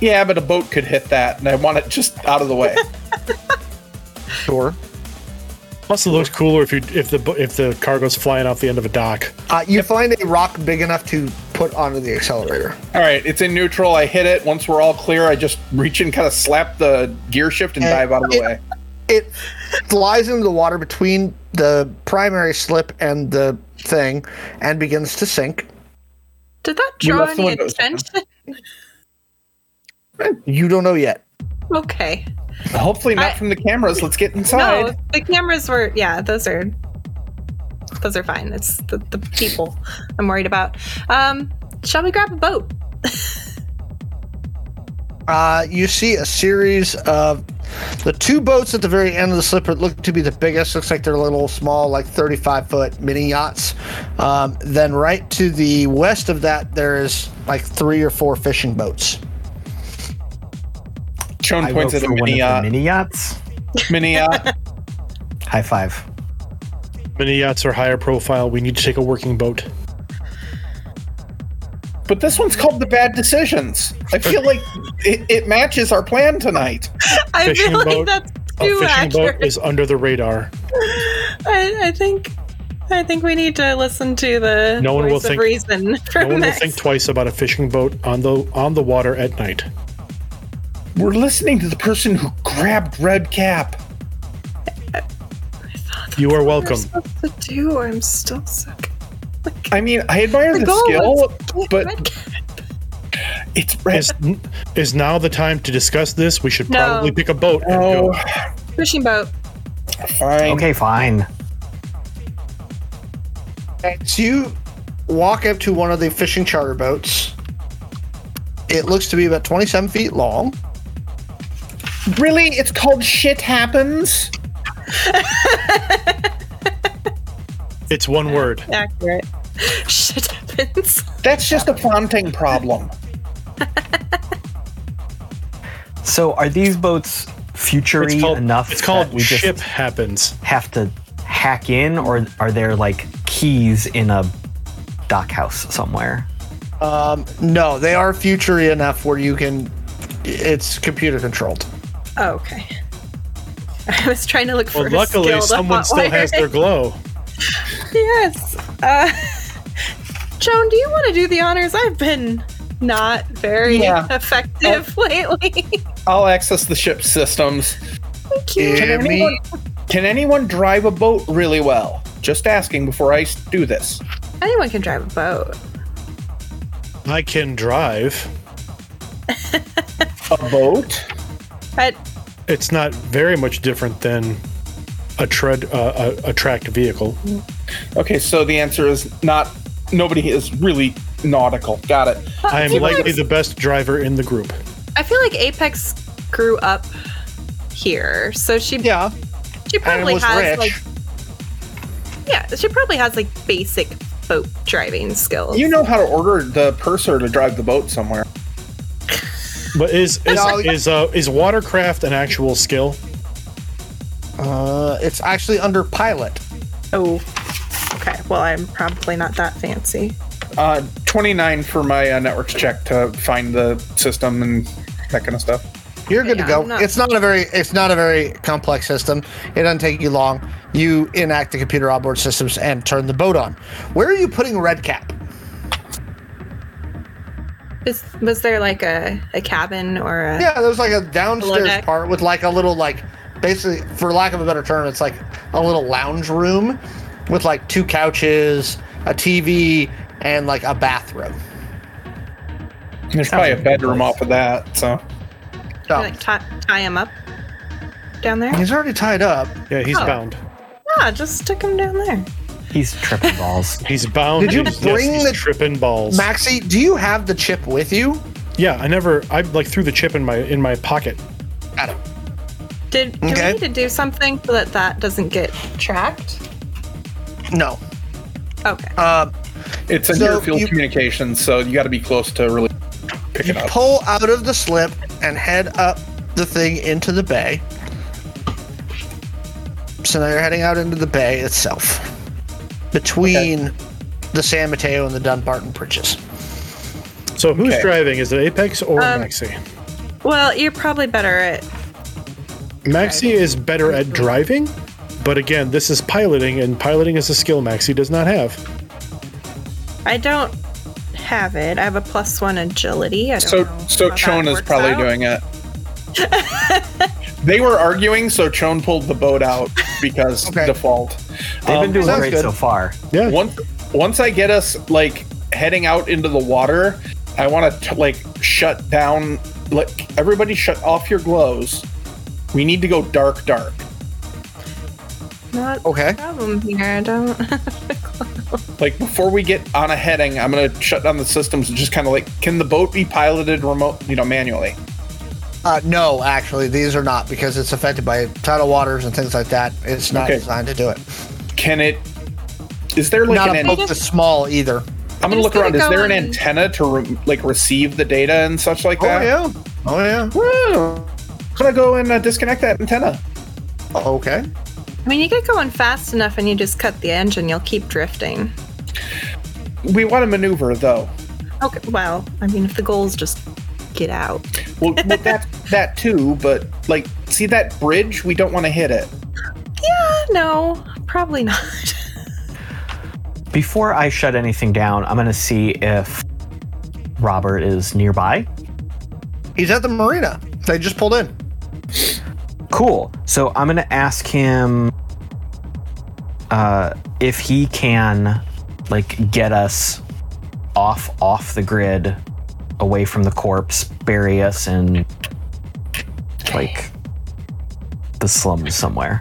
S4: Yeah, but a boat could hit that, and I want it just out of
S3: [laughs]
S4: the way.
S3: Sure.
S2: Plus, it looks cooler if you if the bo- if the cargo's flying off the end of a dock.
S3: Uh, you find a rock big enough to put onto the accelerator.
S4: all right, it's in neutral. I hit it. Once we're all clear, I just reach in, kind of slap the gear shift, and
S3: And
S4: dive out of the
S3: it-
S4: way.
S3: It flies into the water between the primary slip and the thing, and begins to sink.
S5: Did that
S4: You
S5: draw
S4: left the
S5: any
S4: windows
S5: attention? [laughs]
S3: You don't know yet.
S5: okay.
S4: Hopefully not
S5: I-
S4: from the cameras. Let's get inside.
S5: No, the cameras were. Yeah, those are. Those are fine. It's the, the people I'm worried about. Um, shall we grab a boat?
S3: Uh, you see a series of the two boats at the very end of the slip that look to be the biggest. Looks like they're little small, like 35 foot mini yachts. Um, then right to the west of that, there is like three or four fishing boats.
S4: Chone
S6: I
S4: points
S6: vote
S4: at a
S6: for one
S4: mini
S6: of the
S4: yacht.
S6: mini yachts.
S4: Mini uh,
S6: [laughs]
S4: yacht.
S6: High five.
S2: Many yachts are higher profile. We need to take a working boat.
S4: But this one's called the bad decisions. I feel like it, it matches our plan tonight.
S5: I
S2: Fishing
S5: feel like
S2: boat-
S5: that's
S2: A
S5: too
S2: fishing
S5: accurate.
S2: boat is under the radar.
S5: I, I think. I think we need to listen to the
S2: No one will
S5: voice of
S2: think-
S5: reason for
S2: No one will
S5: next.
S2: think twice about a fishing boat on the on the water at night.
S4: We're listening to the person who grabbed Red Cap.
S2: You are
S5: What am I
S2: welcome.
S5: supposed to do? I'm still sick.
S4: I mean, I admire the,
S5: The goal
S4: skill,
S5: was-
S4: but it's Red.
S2: Is is now the time to discuss this? We should
S5: No.
S2: probably pick a boat. and
S4: Oh,
S2: go.
S5: fishing boat.
S4: fine.
S6: Okay, fine.
S3: So you walk up to one of the fishing charter boats. It looks to be about 27 feet long.
S4: Really? It's called Shit Happens?
S2: It's one word.
S5: Accurate. [laughs] Shit happens.
S4: That's just a prompting problem.
S6: So are these boats futury
S2: It's called
S6: enough
S2: It's called
S6: that we just
S2: ship happens.
S6: have to hack in, or are there like keys in a dock house somewhere?
S3: Um, no, they are future enough where you can. It's computer controlled.
S5: Oh, okay. [laughs] I was trying to look for. a
S2: Well, luckily
S5: skill to
S2: someone still
S5: hotwire
S2: has
S5: it.
S3: [laughs]
S2: their glow.
S5: [laughs] Yes. Uh, [laughs] Joan, do you want to do the honors? I've been not very
S4: Yeah.
S5: effective [laughs] lately.
S4: I'll access the ship systems.
S5: Thank you.
S3: Yeah, me-
S4: Anyone- can anyone drive a boat really well? Just asking before I s- do this.
S5: Anyone can drive a boat.
S2: I can drive.
S4: A boat?
S5: But
S2: It's not very much different than a tread uh, a, a tracked vehicle.
S4: Okay, so the answer is not. Nobody is really nautical. Got it.
S2: I am
S5: feel
S2: likely
S5: like,
S2: the best driver in the group.
S5: I feel like Apex grew up here, so she
S3: Yeah.
S5: she probably
S3: was rich.
S5: has like yeah, she probably has like basic boat driving skills.
S4: You know how to order the purser to drive the boat somewhere.
S2: But is is
S3: No.
S2: is, uh, is watercraft an actual skill?
S3: Uh, it's actually under pilot.
S5: oh, okay. Well, I'm probably not that fancy.
S4: Uh, 29 for my uh, networks check to find the system and that kind of stuff.
S3: You're good
S5: Yeah,
S3: to go.
S5: I'm not-
S3: It's not a very it's not a very complex system. It doesn't take you long. You enact the computer onboard systems and turn the boat on. Where are you putting Red Cap?
S5: Is, was there like a, a cabin or a.
S3: Yeah, there's like a downstairs
S5: deck.
S3: part with like a little like basically for lack of a better term, it's like a little lounge room with like two couches, a TV, and like a bathroom.
S4: And There's probably a bedroom off of that, so.
S3: So
S5: Like tie, tie him up down there?
S3: he's already tied up.
S2: Yeah, he's
S5: Oh.
S2: bound.
S5: Yeah, just took him down there.
S6: He's
S2: [laughs]
S6: tripping balls.
S2: He's bound.
S3: Did you
S2: He's-
S3: bring
S2: he's
S3: the-
S2: tripping balls?
S3: Maxi, do you have the chip with you?
S2: yeah, I never. I like threw the chip in my in my pocket.
S3: Got it.
S5: Did do
S3: Okay.
S5: we need to do something so that that doesn't get tracked?
S3: No.
S5: Okay.
S3: Um
S4: It's in
S3: So
S4: your field
S3: you-
S4: communications, so you got to be close to really pick it up.
S3: pull out of the slip and head up the thing into the bay. So now you're heading out into the bay itself, between the San Mateo and the Dunbarton bridges.
S2: So who's
S4: Okay.
S2: driving? Is it Apex or
S5: Um,
S2: Maxi?
S5: well, you're probably better at.
S2: Maxi is better at driving, but again, this is piloting, and piloting is a skill Maxi does not have.
S5: I don't have it. I have a plus one agility. I don't
S4: So,
S5: know
S4: so
S5: how that
S4: Chon is
S5: works
S4: probably
S5: out.
S4: doing
S5: [laughs]
S4: it. they were arguing, so Chon pulled the boat out because
S3: Okay.
S4: default.
S6: They've been
S4: Um,
S6: doing
S3: sounds
S6: great
S3: good.
S6: so far.
S2: Yeah,
S4: once once I get us like heading out into the water, I want to like shut down. Like everybody, shut off your glows. We need to go dark, dark.
S5: Not
S4: Oh.
S3: Okay.
S5: okay. problem here. I don't. [laughs]
S4: Like before we get on a heading, I'm gonna shut down the systems and just kind of like, can the boat be piloted remote, you know, manually?
S3: Uh, no, actually, these are not because it's affected by tidal waters and things like that. It's not
S4: Okay.
S3: designed to do it.
S4: Can it? Is there like
S3: not
S4: an?
S3: above the small either.
S4: I'm gonna
S5: Just
S4: look
S5: gonna
S4: around. Is
S5: go
S4: there an
S5: on-
S4: antenna to re- like receive the data and such like that?
S3: Oh yeah.
S4: Oh, I'm gonna go and uh, disconnect that antenna.
S3: Okay.
S5: I mean, you get going fast enough, and you just cut the engine. You'll keep drifting.
S4: We want to maneuver though.
S5: Okay. Well, I mean, if the goal is just get out.
S4: Well, well [laughs] that that too, but like, see that bridge? We don't want to hit it.
S5: Yeah. Uh, No. Probably not. [laughs]
S6: Before I shut anything down, I'm going to see if Robert is nearby.
S3: He's at the marina. They just pulled in.
S6: Cool. So I'm going to ask him uh, if he can, like, get us off off the grid, away from the corpse, bury us in, like, the slums somewhere.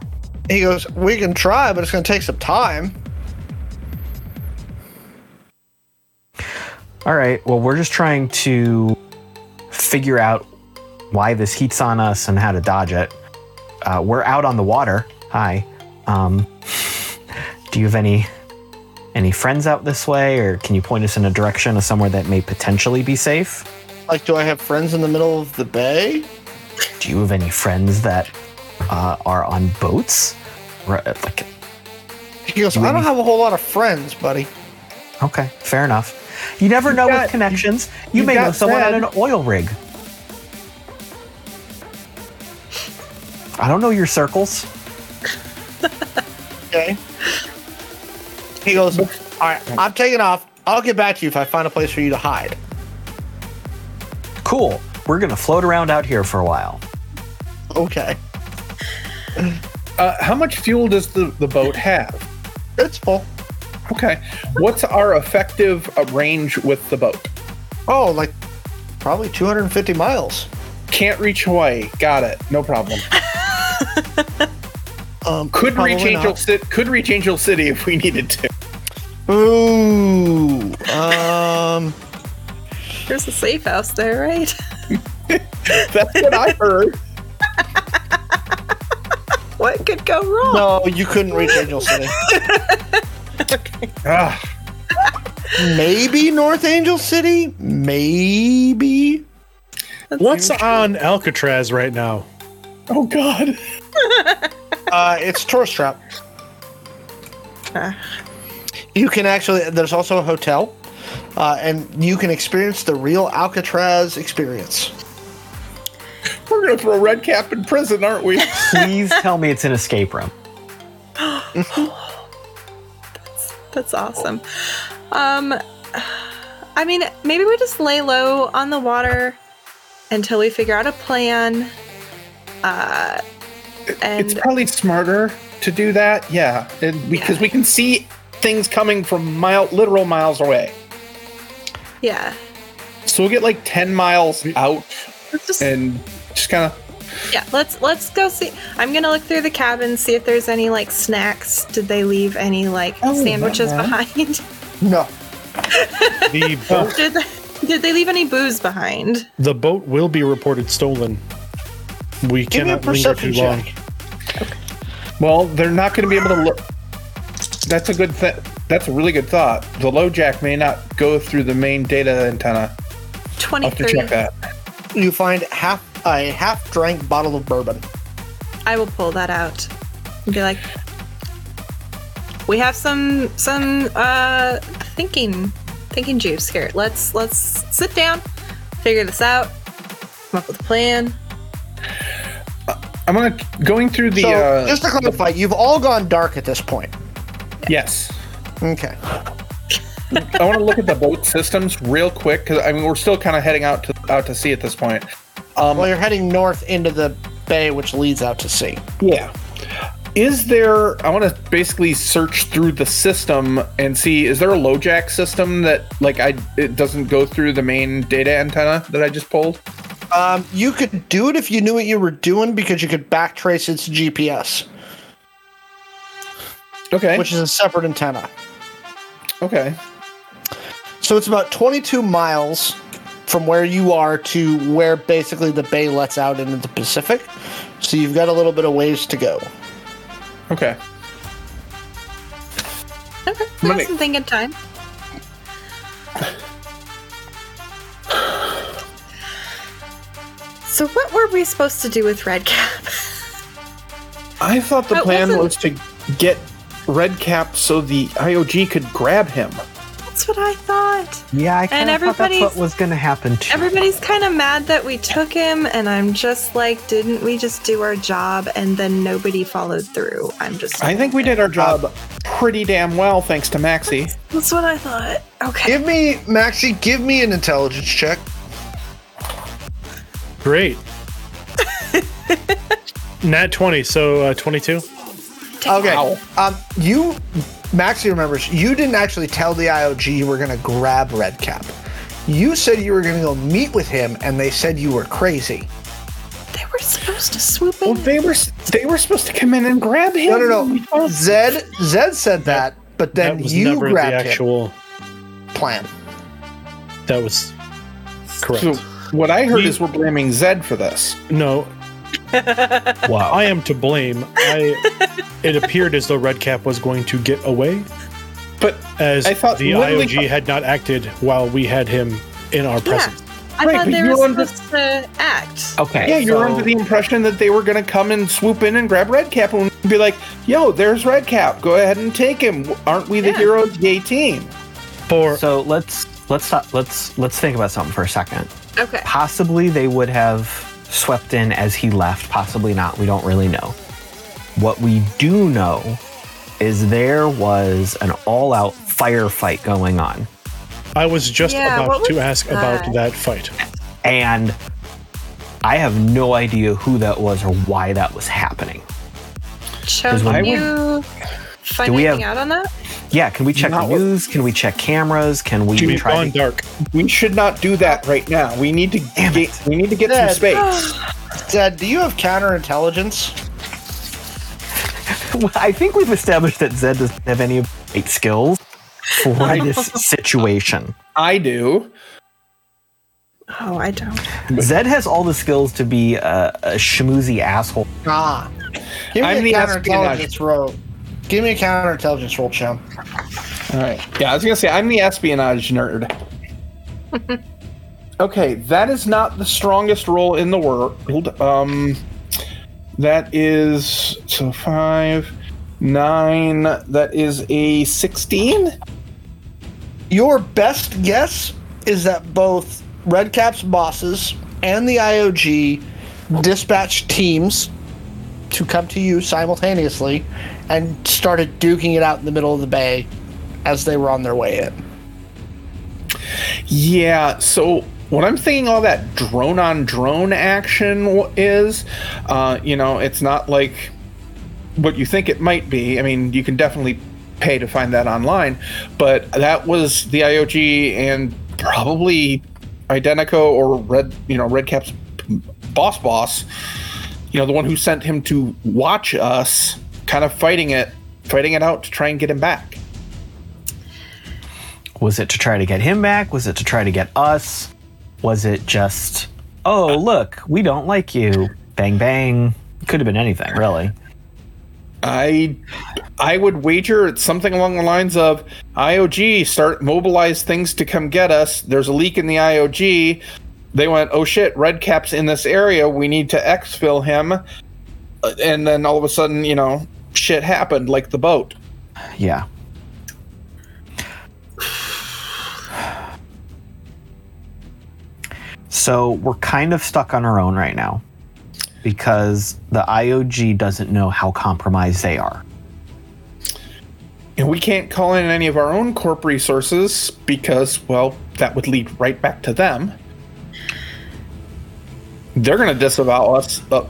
S3: He goes, "We can try, but it's going to take some time."
S6: All right. Well, we're just trying to figure out why this heat's on us and how to dodge it. Uh, we're out on the water. Hi. Um, [laughs] do you have any any friends out this way, or can you point us in a direction of somewhere that may potentially be safe?
S3: Like, do I have friends in the middle of the bay?
S6: Do you have any friends that uh, are on boats? Or, uh, like,
S3: He goes, I don't have a whole lot of friends, buddy.
S6: okay, fair enough. You never know
S4: got-
S6: with connections. You,
S4: you
S6: may know
S4: got
S6: someone
S4: said-
S6: on an oil rig. I don't know your circles.
S3: Okay. He goes, All right, I'm taking off. I'll get back to you if I find a place for you to hide.
S6: cool we're gonna float around out here for a while
S3: Okay.
S4: Uh, how much fuel does the, the boat have?
S3: It's full.
S4: Okay, what's our effective uh, range with the boat?
S3: Oh, like probably 250 miles.
S4: Can't reach Hawaii. Got it. No problem.
S3: Um,
S4: Could
S3: probably
S4: reach Angel
S3: not.
S4: City. Could reach Angel City if we needed to. [laughs]
S3: Ooh. Um,
S5: There's a safe house there, right? [laughs]
S4: That's what I heard.
S5: What could go wrong?
S3: no, you couldn't reach Angel City.
S4: Ugh.
S3: Maybe North Angel City? Maybe.
S2: what's on Alcatraz right now?
S4: Oh God.
S3: Uh, it's tourist trap.
S5: Ah.
S3: You can actually. There's also a hotel. uh, and you can experience the real Alcatraz experience.
S4: We're gonna throw Red Cap in prison, aren't
S3: [laughs]
S4: we?
S6: [laughs] Please tell me it's an escape room.
S5: That's awesome. Um, I mean, maybe we just lay low on the water until we figure out a plan. Uh, and
S4: it's probably smarter to do that. Yeah, and because we can see things coming from mile literal miles away.
S5: yeah,
S4: So we'll get like ten miles out
S5: let's just
S4: and just kind of
S5: yeah, let's let's go see. I'm gonna look through the cabin, see if there's any like snacks. Did they leave any like
S4: Oh, yeah,
S5: sandwiches
S4: man.
S5: behind? [laughs]
S3: No.
S2: The boat,
S5: did they, did they leave any booze behind?
S2: the boat will be reported stolen. We
S3: Give me a
S2: cannot linger
S3: perception
S2: too long.
S3: check.
S4: well, they're not gonna be able to look. That's a good thing. That's a really good thought. The low jack may not go through the main data antenna. I'll have to
S5: Twenty-three.
S4: check that.
S3: You find half a half drank bottle of bourbon.
S5: I will pull that out and be like, "We have some some uh thinking thinking juice here. Let's let's sit down, figure this out, come up with a plan."
S4: I'm gonna going through the
S3: So
S4: uh,
S3: just to clarify, you've all gone dark at this point.
S4: yes.
S3: Okay.
S4: I want to look at the boat systems real quick because I mean we're still kind of heading out to out to sea at this point. Um,
S3: Well, you're heading north into the bay, which leads out to sea.
S4: Yeah. Is there? I want to basically search through the system and see is there a LoJack system that like I it doesn't go through the main data antenna that I just pulled?
S3: Um, you could do it if you knew what you were doing because you could backtrace its GPS,
S4: Okay.
S3: which is a separate antenna.
S4: okay.
S3: So it's about 22 miles from where you are to where basically the bay lets out into the Pacific. So you've got a little bit of ways to go.
S4: Okay.
S5: Okay, we have
S4: Money.
S5: some thinking time. So what were we supposed to do with Red Cap? [laughs]
S4: I thought the
S5: But
S4: plan was
S5: wasn't-
S4: to get Red Cap so the IOG could grab him.
S5: That's what I thought.
S6: Yeah, I kind of thought that's what
S5: everybody's-
S6: was going to happen too.
S5: Everybody's kind of mad that we took him, and I'm just like, didn't we just do our job and then nobody followed through? I'm just.
S4: I think we did our job pretty damn well thanks to Maxie.
S5: That's what I thought. Okay.
S3: Give me, Maxie, give me an intelligence check. [laughs]
S2: Great. Nat 20, so uh, 22.
S3: Okay.
S4: Wow.
S3: Um, you, Maxie remembers, you didn't actually tell the IOG you were going to grab Red Cap. You said you were going to go meet with him, and they said you were crazy.
S5: They were supposed to swoop
S4: Well,
S5: in.
S4: they were s- they were supposed to come in and grab him.
S3: No, no, no. Zed, Zed said that, but then
S2: that was
S3: you
S2: never the
S3: grabbed him.
S2: actual.
S3: Plan.
S2: That was correct.
S4: So what I heard
S2: You-
S4: is we're blaming Zed for this.
S2: No,
S6: wow.
S2: I am to blame. I. it appeared as though Red Cap was going to get away,
S4: But
S2: as
S4: I thought
S2: the
S4: literally-
S2: IOG had not acted while we had him in our
S5: yeah.
S2: presence.
S5: I
S4: Right,
S5: thought
S4: but
S5: they
S4: you
S5: were
S4: under-
S5: supposed to act.
S6: Okay.
S4: yeah, you're
S6: so-
S4: under the impression that they were going to come and swoop in and grab Red Cap and be like, "Yo, there's Red Cap. Go ahead and take him. Aren't we the
S5: Yeah.
S4: heroes, gay team?"
S2: For
S6: So let's let's stop, let's let's think about something for a second.
S5: Okay.
S6: Possibly they would have swept in as he left. Possibly not. We don't really know. What we do know is there was an all-out firefight going on,
S2: I was just
S5: Yeah,
S2: about
S5: what
S2: to
S5: was
S2: ask
S4: uh,
S5: that?
S2: about that fight.
S6: and I have no idea who that was or why that was happening.
S5: Cho,
S6: Does one-
S5: can you find
S6: Do we
S5: anything
S6: have-
S5: out on that?
S6: Yeah, can we check
S4: Not
S6: the
S4: what-
S6: news? Can we check cameras? Can we
S2: We've
S6: try
S2: gone
S6: to
S2: dark.
S4: We should not do that right now. We need to
S6: Damn
S4: get we need to get some
S3: Zed.
S4: space.
S6: [gasps]
S3: Zed, do you have counterintelligence?
S6: [laughs] Well, I think we've established that Zed doesn't have any great skills
S4: [laughs]
S6: for this situation.
S4: I do.
S5: Oh, I don't.
S6: Zed has all the skills to be a, a schmoozy asshole.
S3: Ah. Give me
S4: I'm
S3: a
S4: the espionage.
S3: counterintelligence roll. Give me a counterintelligence roll, Chum.
S4: All right. Yeah, I was gonna say I'm the espionage
S6: [laughs]
S4: nerd. okay, that is not the strongest role in the world. Um, that is so five, nine. That is a sixteen.
S3: Your best guess is that both Redcap's bosses and the IOG dispatched teams to come to you simultaneously and started duking it out in the middle of the bay as they were on their way in.
S4: Yeah, so what I'm thinking all that drone on drone action w- is, uh, you know, it's not like what you think it might be. I mean, you can definitely pay to find that online, but that was the IOG and probably Identico or Red, you know, Redcap's boss boss, you know, the one who sent him to watch us kind of fighting it, fighting it out to try and get him back.
S6: Was it to try to get him back? Was it to try to get us? Was it just, oh, look, we don't like you? Bang, bang. Could have been anything, really.
S4: I I would wager it's something along the lines of IOG start mobilize things to come get us. There's a leak in the IOG. They went, oh shit, Redcap's in this area. We need to exfil him. Uh, And then all of a sudden, you know, shit happened like the boat.
S6: Yeah. So we're kind of stuck on our own right now because the IOG doesn't know how compromised they are.
S4: And we can't call in any of our own corp resources because, well, that would lead right back to them. They're going to disavow us. Uh,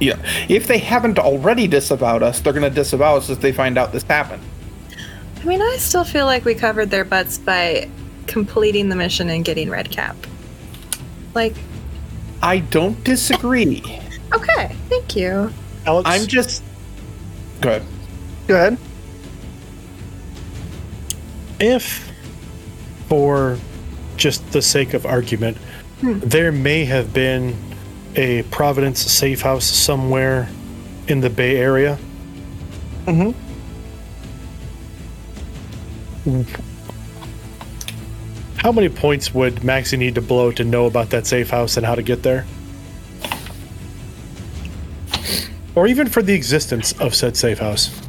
S4: yeah. If they haven't already disavowed us, they're going to disavow us if they find out this happened.
S5: I mean, I still feel like we covered their butts by completing the mission and getting Red Cap. Like,
S4: I don't disagree.
S5: okay, thank you.
S2: Alex,
S4: I'm just. Go ahead.
S3: Go ahead.
S2: if for just the sake of argument there may have been a providence safe house somewhere in the bay area mm-hmm. how many points would maxie need to blow to know about that safe house and how to get there or even for the existence of said safe house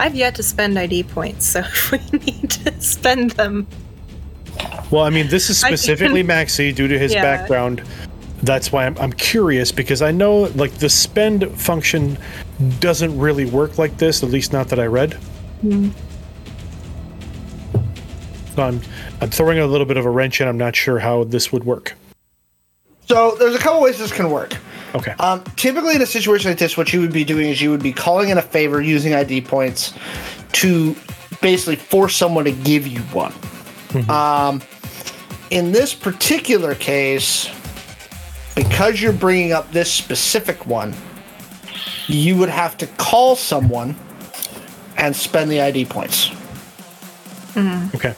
S5: I've yet to spend ID points, so [laughs] if we need to spend them,
S2: Well, I mean, this is
S5: I can- [laughs]
S2: specifically Maxi due to his
S5: Yeah.
S2: background. That's why I'm, I'm curious because I know like the spend function doesn't really work like this, at least not that I read.
S5: Hmm.
S2: So I'm I'm throwing a little bit of a wrench in. I'm not sure how this would work.
S3: So there's a couple ways this can work.
S2: Okay.
S3: Um, typically, in a situation like this, what you would be doing is you would be calling in a favor using ID points to basically force someone to give you one. Um, in this particular case, because you're bringing up this specific one, you would have to call someone and spend the ID points.
S2: okay.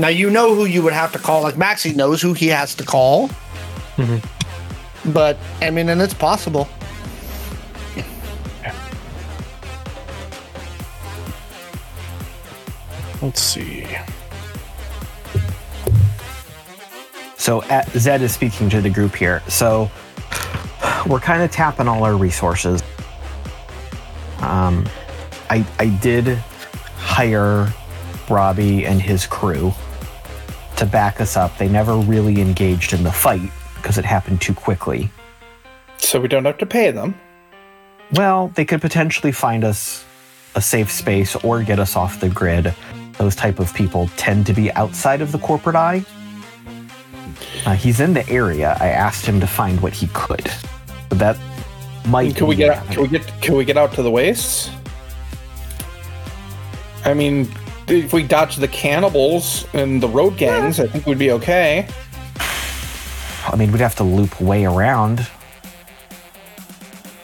S3: Now you know who you would have to call. Like Maxi knows who he has to call. But I mean, and it's possible.
S2: Let's see.
S6: So at, Zed is speaking to the group here. So we're kind of tapping all our resources. Um, I I did hire Robbie and his crew to back us up. They never really engaged in the fight because it happened too quickly.
S4: So we don't have to pay them.
S6: Well, they could potentially find us a safe space or get us off the grid. Those type of people tend to be outside of the corporate eye. Uh, he's in the area. I asked him to find what he could. But that might.
S4: Can we
S6: be-
S4: get out, can we get can we get out to the wastes? I mean, if we dodge the cannibals and the road gangs, I think we'd be okay.
S6: I mean, we'd have to loop way around,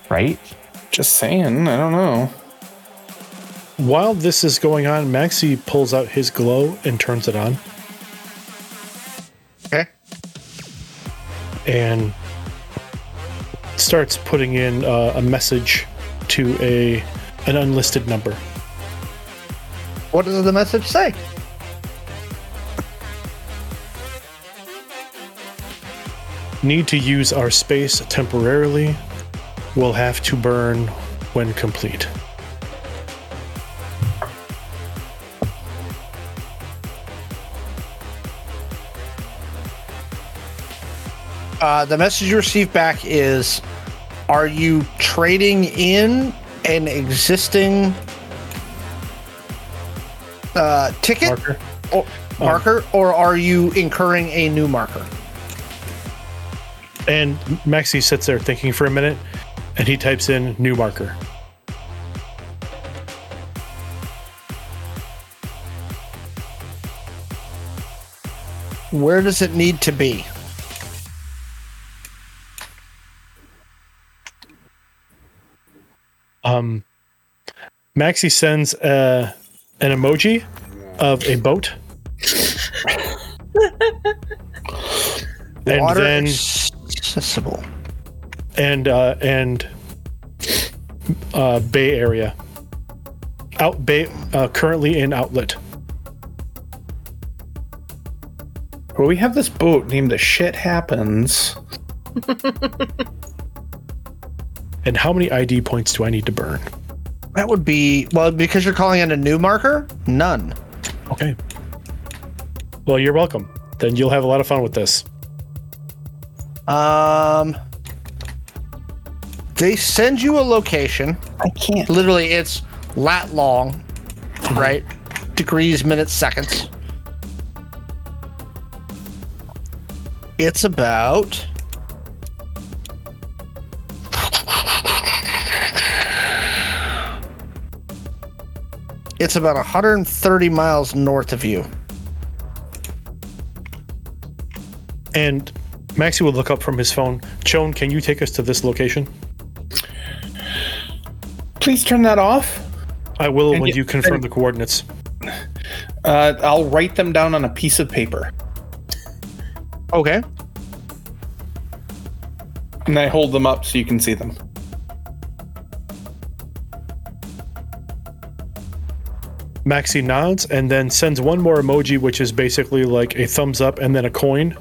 S6: right?
S4: Just saying. I don't know.
S2: While this is going on, Maxi pulls out his glow and turns it on.
S3: Okay.
S2: and starts putting in uh, a message to a an unlisted number.
S3: What does the message say?
S2: Need to use our space temporarily. Will have to burn when complete.
S3: Uh, the message you receive back is Are you trading in an existing uh, ticket
S2: Marker. Oh.
S3: or, marker, or are you incurring a new marker?
S2: And Maxie sits there thinking for a minute, and he types in new marker.
S3: Where does it need to be?
S2: Um, Maxie sends uh, an emoji of a boat. and
S3: Water
S2: then
S3: accessible.
S2: and uh, and uh, Bay Area. Out Bay uh, currently in outlet.
S4: Well, we have this boat named The Shit Happens.
S2: And how many ID points do I need to burn?
S3: That would be, well, because you're calling it a new marker? None.
S2: Okay. Well, you're welcome. Then you'll have a lot of fun with this.
S3: Um, they send you a location.
S4: I can't.
S3: Literally, it's lat long, right? Degrees, minutes, seconds. It's about. It's about 130 miles north of you.
S2: And Maxie will look up from his phone. Chone, can you take us to this location?
S4: Please turn that off.
S2: I will
S4: And
S2: when
S4: you-
S2: you confirm the coordinates.
S4: Uh, I'll write them down on a piece of paper,
S3: Okay.
S4: and I hold them up so you can see them.
S2: Maxie nods and then sends one more emoji, which is basically like a thumbs up and then a coin.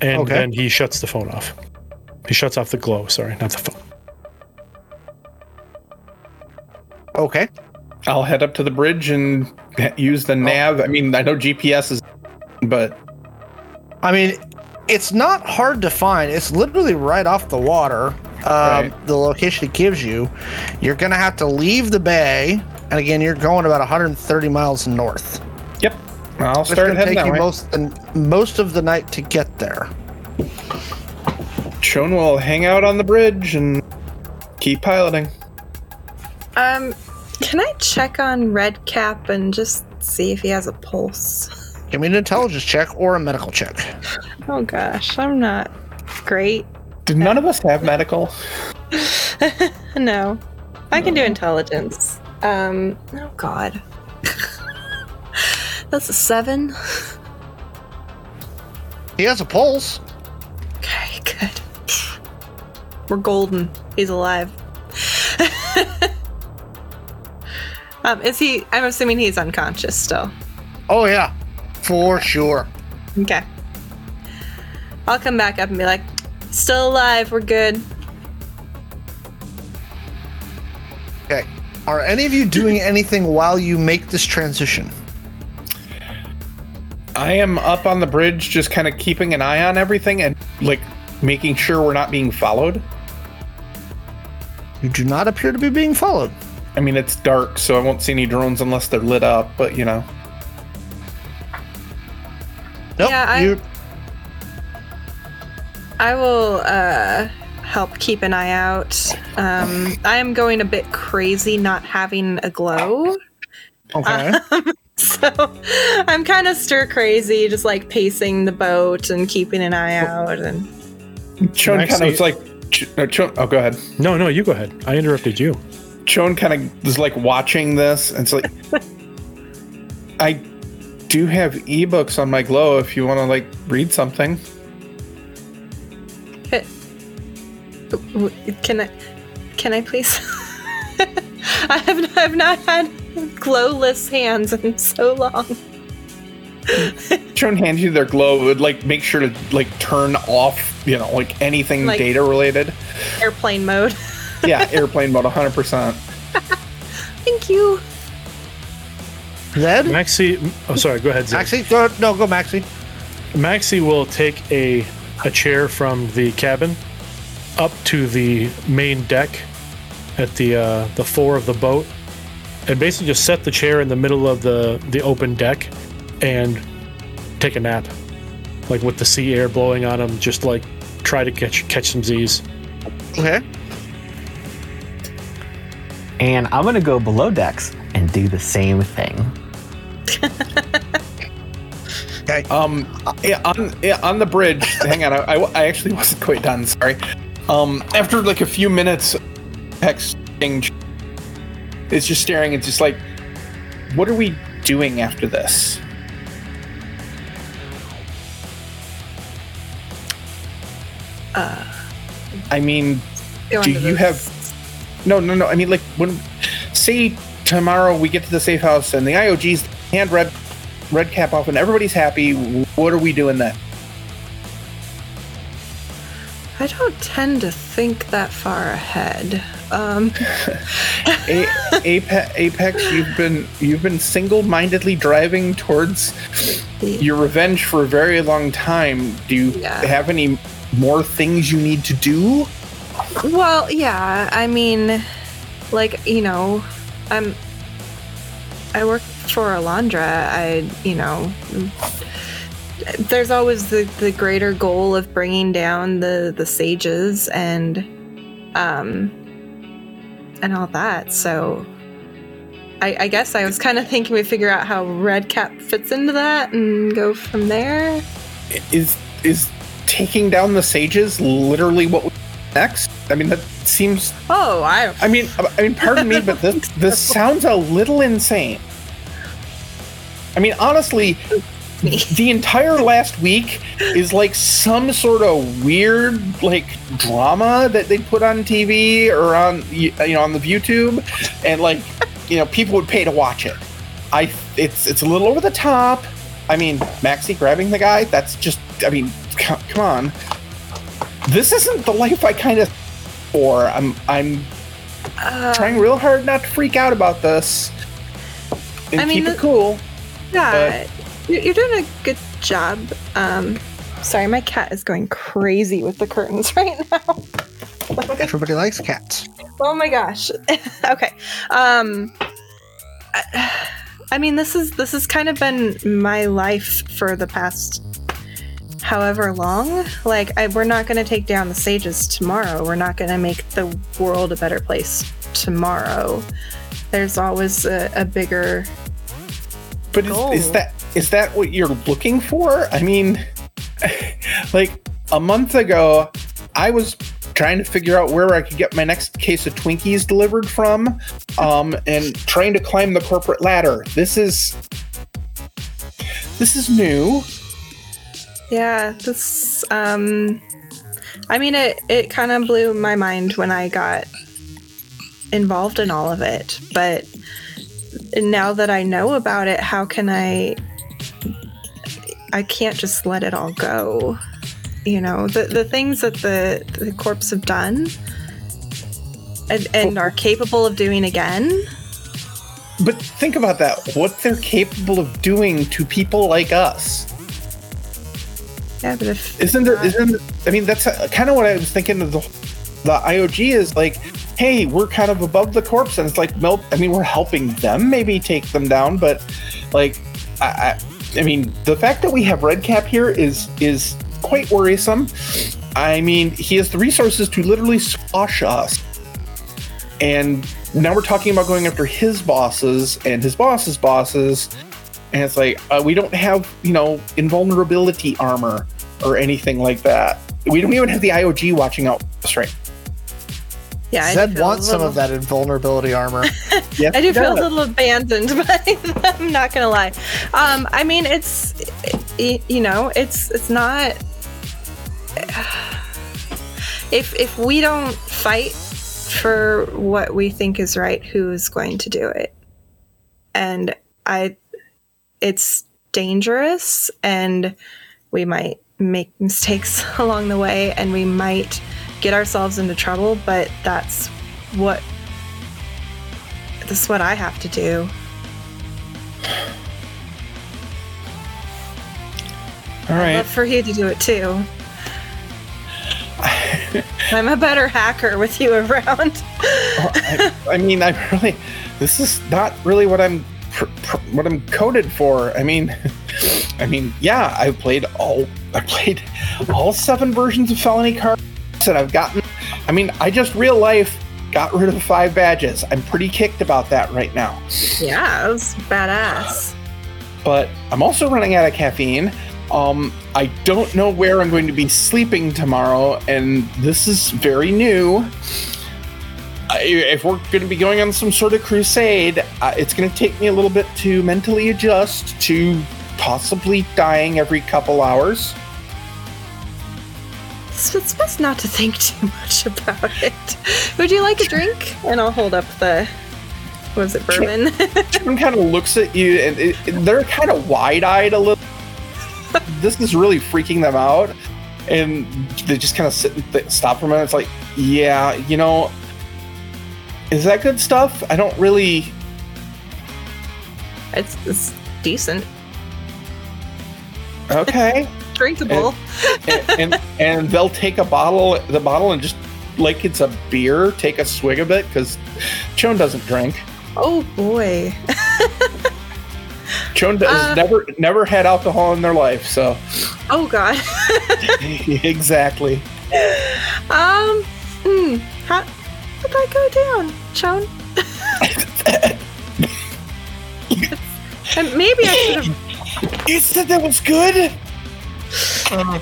S2: and
S3: Okay.
S2: then he shuts the phone off. He shuts off the glow. Sorry, not the phone.
S3: Okay.
S4: I'll head up to the bridge and use
S3: Oh.
S4: the nav. I mean, I know GPS is, but
S3: I mean, it's not hard to find. It's literally right off the water. Um,
S4: Right.
S3: The location it gives you, you're gonna have to leave the bay, and again, you're going about 130 miles north.
S4: yep. I'll
S3: It's
S4: start
S3: gonna
S4: heading
S3: take
S4: that
S3: you
S4: way.
S3: most the, most of the night to get there.
S4: Chon will hang out on the bridge and keep piloting.
S5: Um, can I check on Redcap and just see if he has a pulse? [laughs]
S3: Give me an intelligence check or a medical check.
S5: Oh gosh, I'm not great.
S4: Did none of us have medical?
S5: No, I can do intelligence. Um, oh god, [laughs] that's a seven.
S3: He has a pulse.
S5: Okay, good. [sighs] We're golden. He's alive. [laughs] um, is he? I'm assuming he's unconscious still.
S3: Oh yeah, for sure.
S5: Okay. I'll come back up and be like, still alive. We're good.
S3: Okay. Are any of you doing anything while you make this transition?
S4: I am up on the bridge, just kind of keeping an eye on everything and like making sure we're not being followed.
S3: You do not appear to be being followed.
S4: I mean, it's dark, so I won't see any drones unless they're lit up. But you know,
S3: Nope.
S5: Yeah, I- [laughs]
S3: you-
S5: I will uh, help keep an eye out. Um, I am going a bit crazy not having a glow. [laughs]
S3: okay.
S5: So I'm kind of stir crazy, just like pacing the boat and keeping an eye out. And
S4: Chon kind
S2: Actually-
S4: of was like, Ch- no, Chon. Oh, go ahead.
S2: No, no, you go ahead. I interrupted you.
S4: Chon kind of is like watching this, and it's like, I do have ebooks on my glow. If you want to like read something,
S5: W- can I, can I please? [laughs] I have I've not had glowless hands in so long.
S4: Chon hands you their glow. Would like make sure to like turn off, you know, like anything
S5: Like-
S4: data related.
S5: Airplane mode. [laughs]
S4: Yeah, [laughs] airplane mode, 100. percent
S5: Thank you.
S3: Zed.
S2: Maxie, oh, sorry, go ahead, Zed.
S3: Maxie, go no, go Maxie.
S2: Maxie will take a a chair from the cabin up to the main deck at the uh, the fore of the boat, and basically just set the chair in the middle of the the open deck, and take a nap, like with the sea air blowing on them. Just like try to catch catch some Z's.
S3: Okay.
S6: And I'm gonna go below decks and do the same thing.
S4: Um, yeah, on, yeah, on the bridge. [laughs] hang on, I, I- I actually wasn't quite done. Sorry. Um, after like a few minutes, Hex thing is just staring. It's just like, what are we doing after this? I mean,
S5: Go
S4: do
S5: into
S4: you
S5: this.
S4: have? No, no, no. I mean, like when say tomorrow we get to the safe house and the IOGs hand red red cap off and everybody's happy. What are we doing then?
S5: I don't tend to think that far ahead. Um, [laughs]
S4: A- Ape- Apex, you've been you've been single-mindedly driving towards your revenge for a very long time. Do you
S5: Yeah.
S4: have any more things you need to do?
S5: well, yeah, I mean, like, you know, I'm. I work for Alondra. I, you know, there's always the, the greater goal of bringing down the, the sages and, um, and all that. So I, I guess I was kind of thinking we figure out how Red Cap fits into that and go from there.
S4: Is is taking down the sages literally what we next? I mean, that seems.
S5: Oh, I
S4: [laughs]
S5: don't
S4: I mean, I mean, pardon me, but this this sounds a little insane. I mean, honestly, the entire last week is like some sort of weird like drama that they put on TV or on you know on the YouTube, and like you know people would pay to watch it. I it's it's a little over the top. I mean, Maxie grabbing the guy. That's just I mean, c- come on. This isn't the life I kind of for. I'm I'm
S5: Uh,
S4: trying real hard not to freak out about this and
S5: I mean,
S4: keep
S5: the-
S4: it cool.
S5: Yeah, you're you're doing a good job. Um, sorry, my cat is going crazy with the curtains [laughs] right now.
S3: Everybody likes cats.
S5: Oh my gosh. [laughs] okay. Um, I, I mean, this is this has kind of been my life for the past however long. Like, I, we're not going to take down the sages tomorrow. We're not going to make the world a better place tomorrow. There's always a, a bigger
S4: But is, is
S5: Goal.
S4: that is that what you're looking for? I mean, [laughs] like a month ago, I was trying to figure out where I could get my next case of Twinkies delivered from, um, and trying to climb the corporate ladder. This is this is new.
S5: Yeah, this um I mean it it kind of blew my mind when I got involved in all of it, but now that I know about it, how can I I can't just let it all go. You know, the the things that the the corpse have done and, and are capable of doing again.
S4: But think about that. What they're capable of doing to people like us.
S5: Yeah, but if
S4: isn't there isn't i mean that's kind of what i was thinking of the the iog is like hey we're kind of above the corpse and it's like nope i mean we're helping them maybe take them down but like i i, I mean the fact that we have red cap here is is quite worrisome i mean he has the resources to literally squash us and now we're talking about going after his bosses and his boss's bosses and it's like uh, we don't have you know invulnerability armor or anything like that we don't even have the iog watching out for us right
S5: yeah, I
S3: Zed
S5: feel a
S3: wants some of
S5: little-
S3: that invulnerability armor.
S4: yes,
S5: I do
S4: it
S5: feel a
S4: does.
S5: little abandoned [laughs] by them. Not gonna lie. Um, I mean, it's y- you know, it's it's not. [sighs] If if we don't fight for what we think is right, who is going to do it? And I, it's dangerous, and we might make mistakes [laughs] along the way, and we might get ourselves into trouble. But that's what this is what I have to do.
S4: All right.
S5: Love for you to do it too. I'm a better hacker with you around.
S4: I, I mean, I really, this is not really what I'm, pr- pr- what I'm coded for. I mean, [laughs] I mean, yeah, I played all, I played all seven versions of Felony Cards, and I've gotten. I mean, I just real life got rid of five badges. I'm pretty kicked about that right now.
S5: Yeah, that was badass.
S4: but I'm also running out of caffeine. Um, I don't know where I'm going to be sleeping tomorrow, and this is very new. I, if we're going to be going on some sort of crusade, uh, it's going to take me a little bit to mentally adjust to possibly dying every couple hours.
S5: It's, it's best not to think too much about it. Would you like a drink? And I'll hold up the. what Was it bourbon? [laughs]
S4: Everyone kind of looks at you, and it, it- they're kind of wide-eyed a little. this is really freaking them out, and they just kind of sit and th- stop for a minute. It's like, yeah, you know, is that good stuff? I don't really.
S5: it's, it's decent,
S4: Okay,
S5: drinkable.
S4: and, and and they'll take a bottle, the bottle, and just like it's a beer, take a swig of it because Chon doesn't drink.
S5: oh boy.
S4: Chon does
S5: Uh.
S4: never never had alcohol in their life, so [laughs]
S5: Oh god. [laughs]
S4: exactly.
S5: Um. Hmm. How did that go down, Chon? [laughs] and maybe I should have.
S4: You said that was good.
S5: Sorry.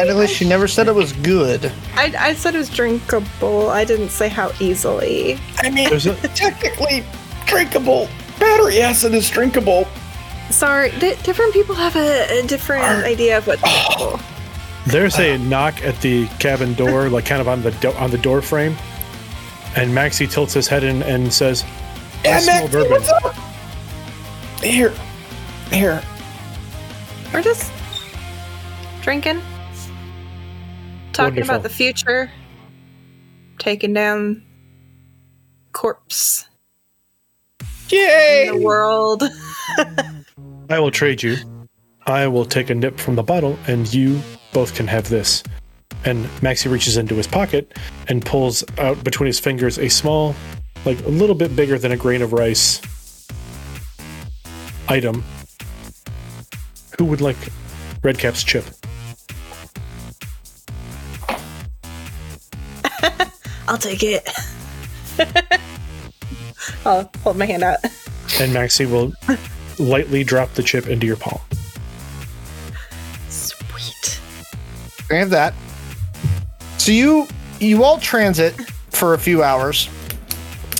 S3: And at least she never said it was good.
S5: I, I said it was drinkable. I didn't say how easily.
S4: I mean,
S2: There's a,
S4: technically drinkable. Battery acid is drinkable.
S5: Sorry. Di different people have a, a different idea of what's drinkable.
S2: There's a knock at the cabin door, like kind of on the do- on the door frame, and Maxie tilts his head in and says,
S4: Yeah,
S2: smell
S4: Maxie,
S2: bourbon.
S4: what's up? Here, here.
S5: We're just drinking, talking
S2: Wonderful.
S5: about the future, taking down corpse
S4: Yay!
S5: in the world.
S2: "I will trade you. I will take a nip from the bottle, and you both can have this." And Maxie reaches into his pocket and pulls out between his fingers a small, like a little bit bigger than a grain of rice item. Who would like Redcap's chip?
S5: I'll take it. [laughs] I'll hold my hand out.
S2: And Maxie will [laughs] lightly drop the chip into your palm.
S5: Sweet.
S3: I have that. So you you all transit for a few hours.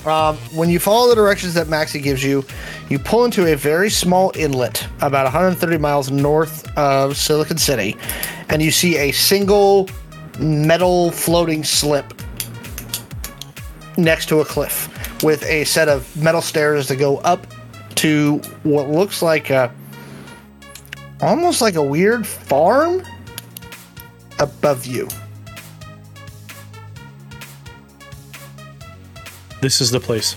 S3: Um, when you follow the directions that Maxi gives you, you pull into a very small inlet about 130 miles north of Silicon City, and you see a single metal floating slip next to a cliff with a set of metal stairs that go up to what looks like a almost like a weird farm above you.
S2: This is the place.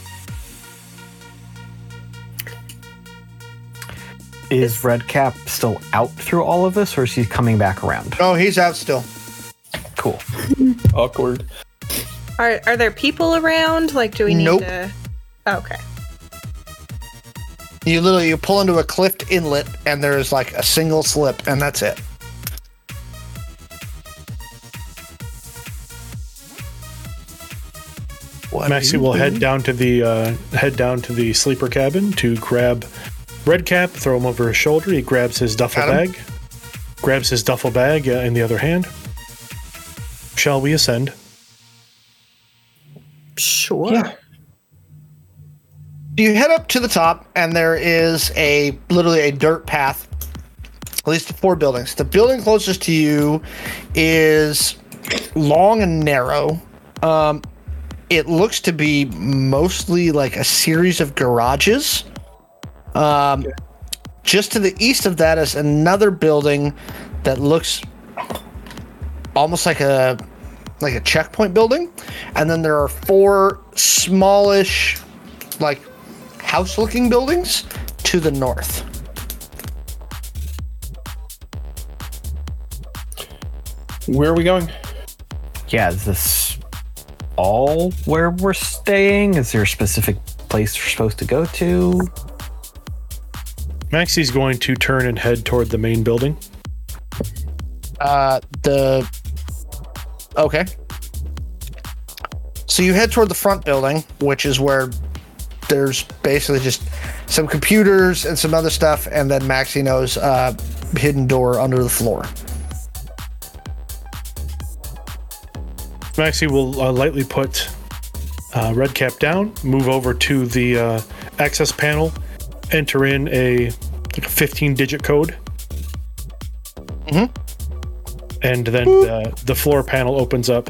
S6: Is Redcap still out through all of this, or is he coming back around?
S3: Oh, he's out still.
S6: Cool.
S4: Awkward.
S5: Are are there people around? Like, do we need
S3: Nope.
S5: to? Okay.
S3: You literally you pull into a cliffed inlet and there's like a single slip and that's it. What
S2: Maxie
S3: do you
S2: will
S3: do?
S2: head down to the uh, head down to the sleeper cabin to grab Redcap, throw him over his shoulder. He grabs his duffel
S3: Got him.
S2: bag, grabs his duffel bag uh, in the other hand. Shall we ascend?
S5: Sure.
S3: you head up to the top and there is a literally a dirt path at least four buildings the building closest to you is long and narrow um, it looks to be mostly like a series of garages um, just to the east of that is another building that looks almost like a like a checkpoint building and then there are four smallish like house looking buildings to the north.
S4: Where are we going?
S6: Yeah, is this all where we're staying? Is there a specific place we're supposed to go to?
S2: Maxie's going to turn and head toward the main building.
S3: Uh, the okay. So you head toward the front building, which is where there's basically just some computers and some other stuff, and then Maxino's uh, hidden door under the floor.
S2: Maxie will uh, lightly put uh, Red Cap down, move over to the uh, access panel, enter in a 15 digit code.
S3: Mhm. Mm-hmm.
S2: And then uh, the floor panel opens up,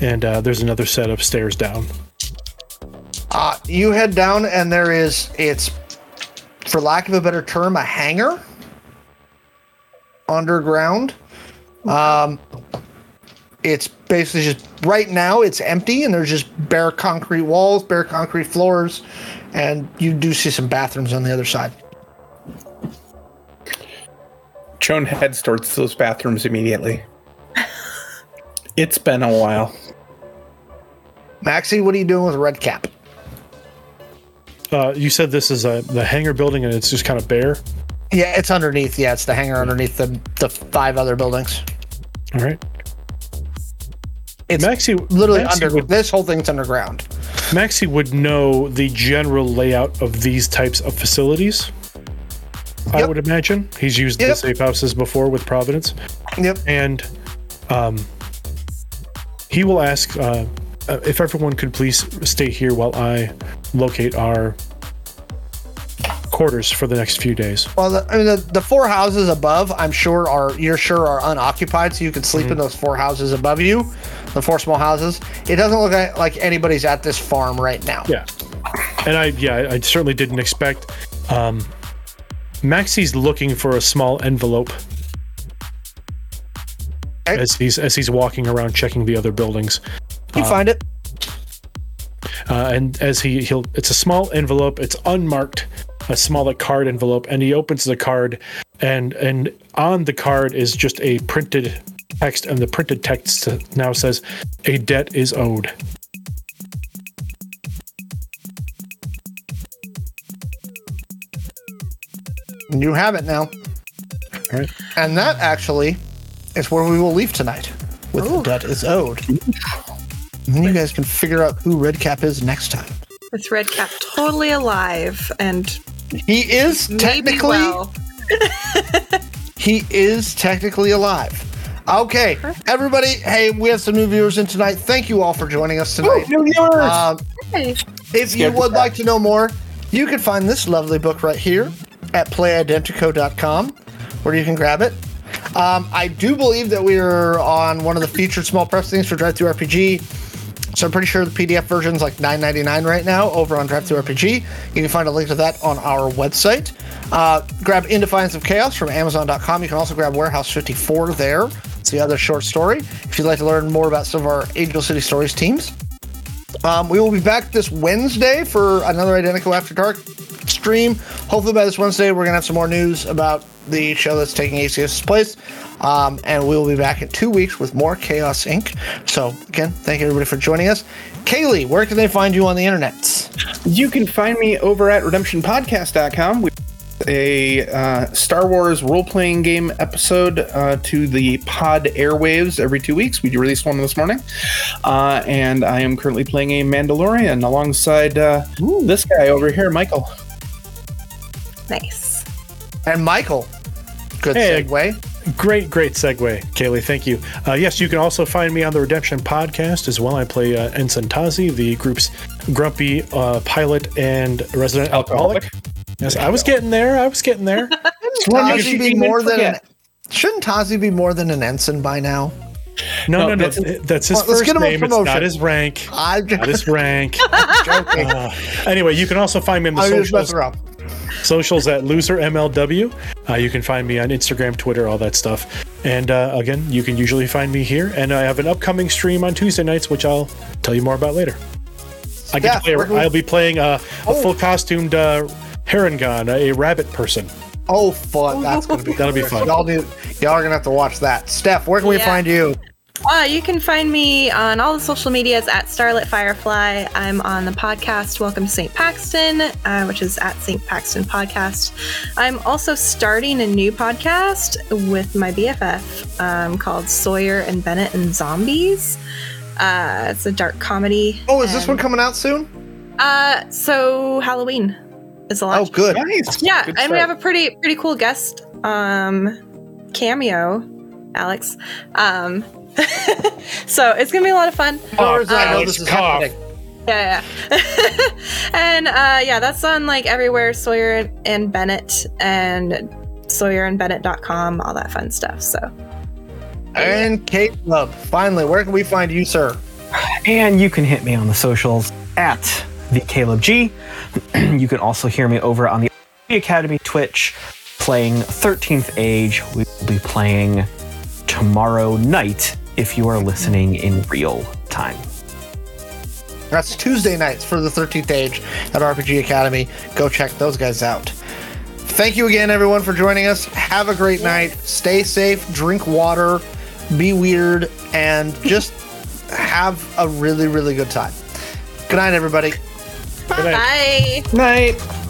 S2: and uh, there's another set of stairs down.
S3: Uh, you head down, and there is it's, for lack of a better term, a hangar underground. Um, it's basically just right now it's empty, and there's just bare concrete walls, bare concrete floors, and you do see some bathrooms on the other side.
S4: Chon heads towards those bathrooms immediately. it's been a while.
S3: Maxie, what are you doing with Red Cap?
S2: Uh, you said this is a, the hangar building, and it's just kind of bare.
S3: Yeah, it's underneath. Yeah, it's the hangar underneath the the five other buildings.
S2: All right.
S3: It's
S2: Maxie
S3: literally
S2: Maxie
S3: under.
S2: would-
S3: This whole thing's underground.
S2: Maxie would know the general layout of these types of facilities. I
S3: Yep.
S2: would imagine he's used the
S3: Yep.
S2: safe houses before with Providence,
S3: Yep.
S2: and um, he will ask uh, uh, if everyone could please stay here while I locate our quarters for the next few days.
S3: Well, the, I mean, the, the four houses above, I'm sure are you're sure are unoccupied, so you can sleep in those four houses above you, the four small houses. It doesn't look like, like anybody's at this farm right now.
S2: Yeah, and I yeah I- I certainly didn't expect. Um, Maxie's looking for a small envelope
S3: Okay.
S2: as he's as he's walking around checking the other buildings.
S3: you find it.
S2: uh, and as he he'll it's a small envelope it's unmarked a small like card envelope and he opens the card and and on the card is just a printed text and the printed text now says a debt is owed
S3: You have it now.
S2: all right
S3: And that actually is where we will leave tonight. With the debt is owed. And you guys can figure out who Red Cap is next time.
S5: With Redcap totally alive and
S3: He is
S5: maybe
S3: technically
S5: well.
S3: He is technically alive. Okay, everybody. Hey, we have some new viewers in tonight. Thank you all for joining us tonight. Um,
S5: Hey.
S3: if you would like to know more, you can find this lovely book right here at playidentico.com, where you can grab it. Um, I do believe that we are on one of the featured small press things for Drive Through RPG. So I'm pretty sure the PDF version's like $9.99 right now over on Drive Through RPG. You can find a link to that on our website. Uh, grab In Defiance of Chaos from Amazon.com. You can also grab Warehouse 54 there. It's the other short story. If you'd like to learn more about some of our Angel City Stories teams, um, we will be back this Wednesday for another Identical After Dark stream. Hopefully, by this Wednesday, we're going to have some more news about the show that's taking ACS's place. Um, and we will be back in two weeks with more Chaos Inc. So, again, thank everybody for joining us. Kaylee, where can they find you on the internet?
S4: You can find me over at redemptionpodcast.com with a uh, Star Wars role playing game episode uh, to the pod airwaves every two weeks. We released one this morning. Uh, and I am currently playing a Mandalorian alongside uh, this guy over here, Michael.
S5: Nice.
S3: And Michael. Good
S2: Hey.
S3: segue.
S2: great great segue kaylee thank you uh, yes you can also find me on the redemption podcast as well i play uh, ensign tazi the group's grumpy uh, pilot and resident alcoholic, yes i was getting there i was
S4: [laughs]
S2: getting there
S4: you
S3: Tazi
S4: should
S3: be
S4: even
S3: more than an,
S4: forget.
S3: shouldn't Tazi be more than an ensign by now?
S4: No,
S2: no no no
S4: that's-
S2: that's, his
S3: Well, let's
S2: first
S3: get him a
S2: name it's
S3: promotion.
S2: not his rank
S3: I'm
S2: not
S3: just [laughs]
S2: his rank
S3: joking.
S2: Uh, anyway, you can also find me on the
S3: I'm just
S2: socials,
S3: messing up.
S2: socials at losermlw. Uh, you can find me on Instagram, Twitter, all that stuff. And uh, again, you can usually find me here. And I have an upcoming stream on Tuesday nights, which I'll tell you more about later. I get
S3: Yeah,
S2: to play.
S3: we're- Oh.
S2: I'll be playing uh, a full costumed uh, Herangon, a rabbit person.
S3: Oh, fun! That's gonna be
S2: That'll be fun.
S3: Y'all do. Y'all are gonna have to watch that. Steph, where can we
S5: Yeah.
S3: find you?
S5: Uh, you can find me on all the social medias at Starlit Firefly. I'm on the podcast Welcome to St. Paxton, uh, which is at St. Paxton Podcast. I'm also starting a new podcast with my BFF um, called Sawyer and Bennett and Zombies. Uh, it's a dark comedy.
S3: Oh, is this
S5: and-
S3: one coming out soon?
S5: Uh, so Halloween is the
S3: Oh,
S5: launch.
S3: good.
S4: Nice.
S5: yeah,
S4: Good
S5: and we
S4: start.
S5: have a pretty pretty cool guest um cameo, Alex. Um, [laughs] so it's gonna be a lot of fun.
S3: In other words, I know
S2: Alex
S3: this is
S2: Cobb.
S3: happening.
S5: Yeah, yeah. [laughs] and uh, yeah, that's on like everywhere Sawyer and Bennett and SawyerandBennett.com, all that fun stuff. So
S3: And Caleb, finally, where can we find you, sir?
S6: And you can hit me on the socials at the Caleb G. [clears throat] you can also hear me over on the Academy Twitch playing 13th Age. We will be playing tomorrow night if you are listening in real time.
S3: That's Tuesday nights for the 13th Age at RPG Academy. Go check those guys out. Thank you again, everyone, for joining us. Have a great night. Stay safe, drink water, be weird, and just have a really, really good time. Good night, everybody.
S2: Good night.
S5: bye.
S4: night.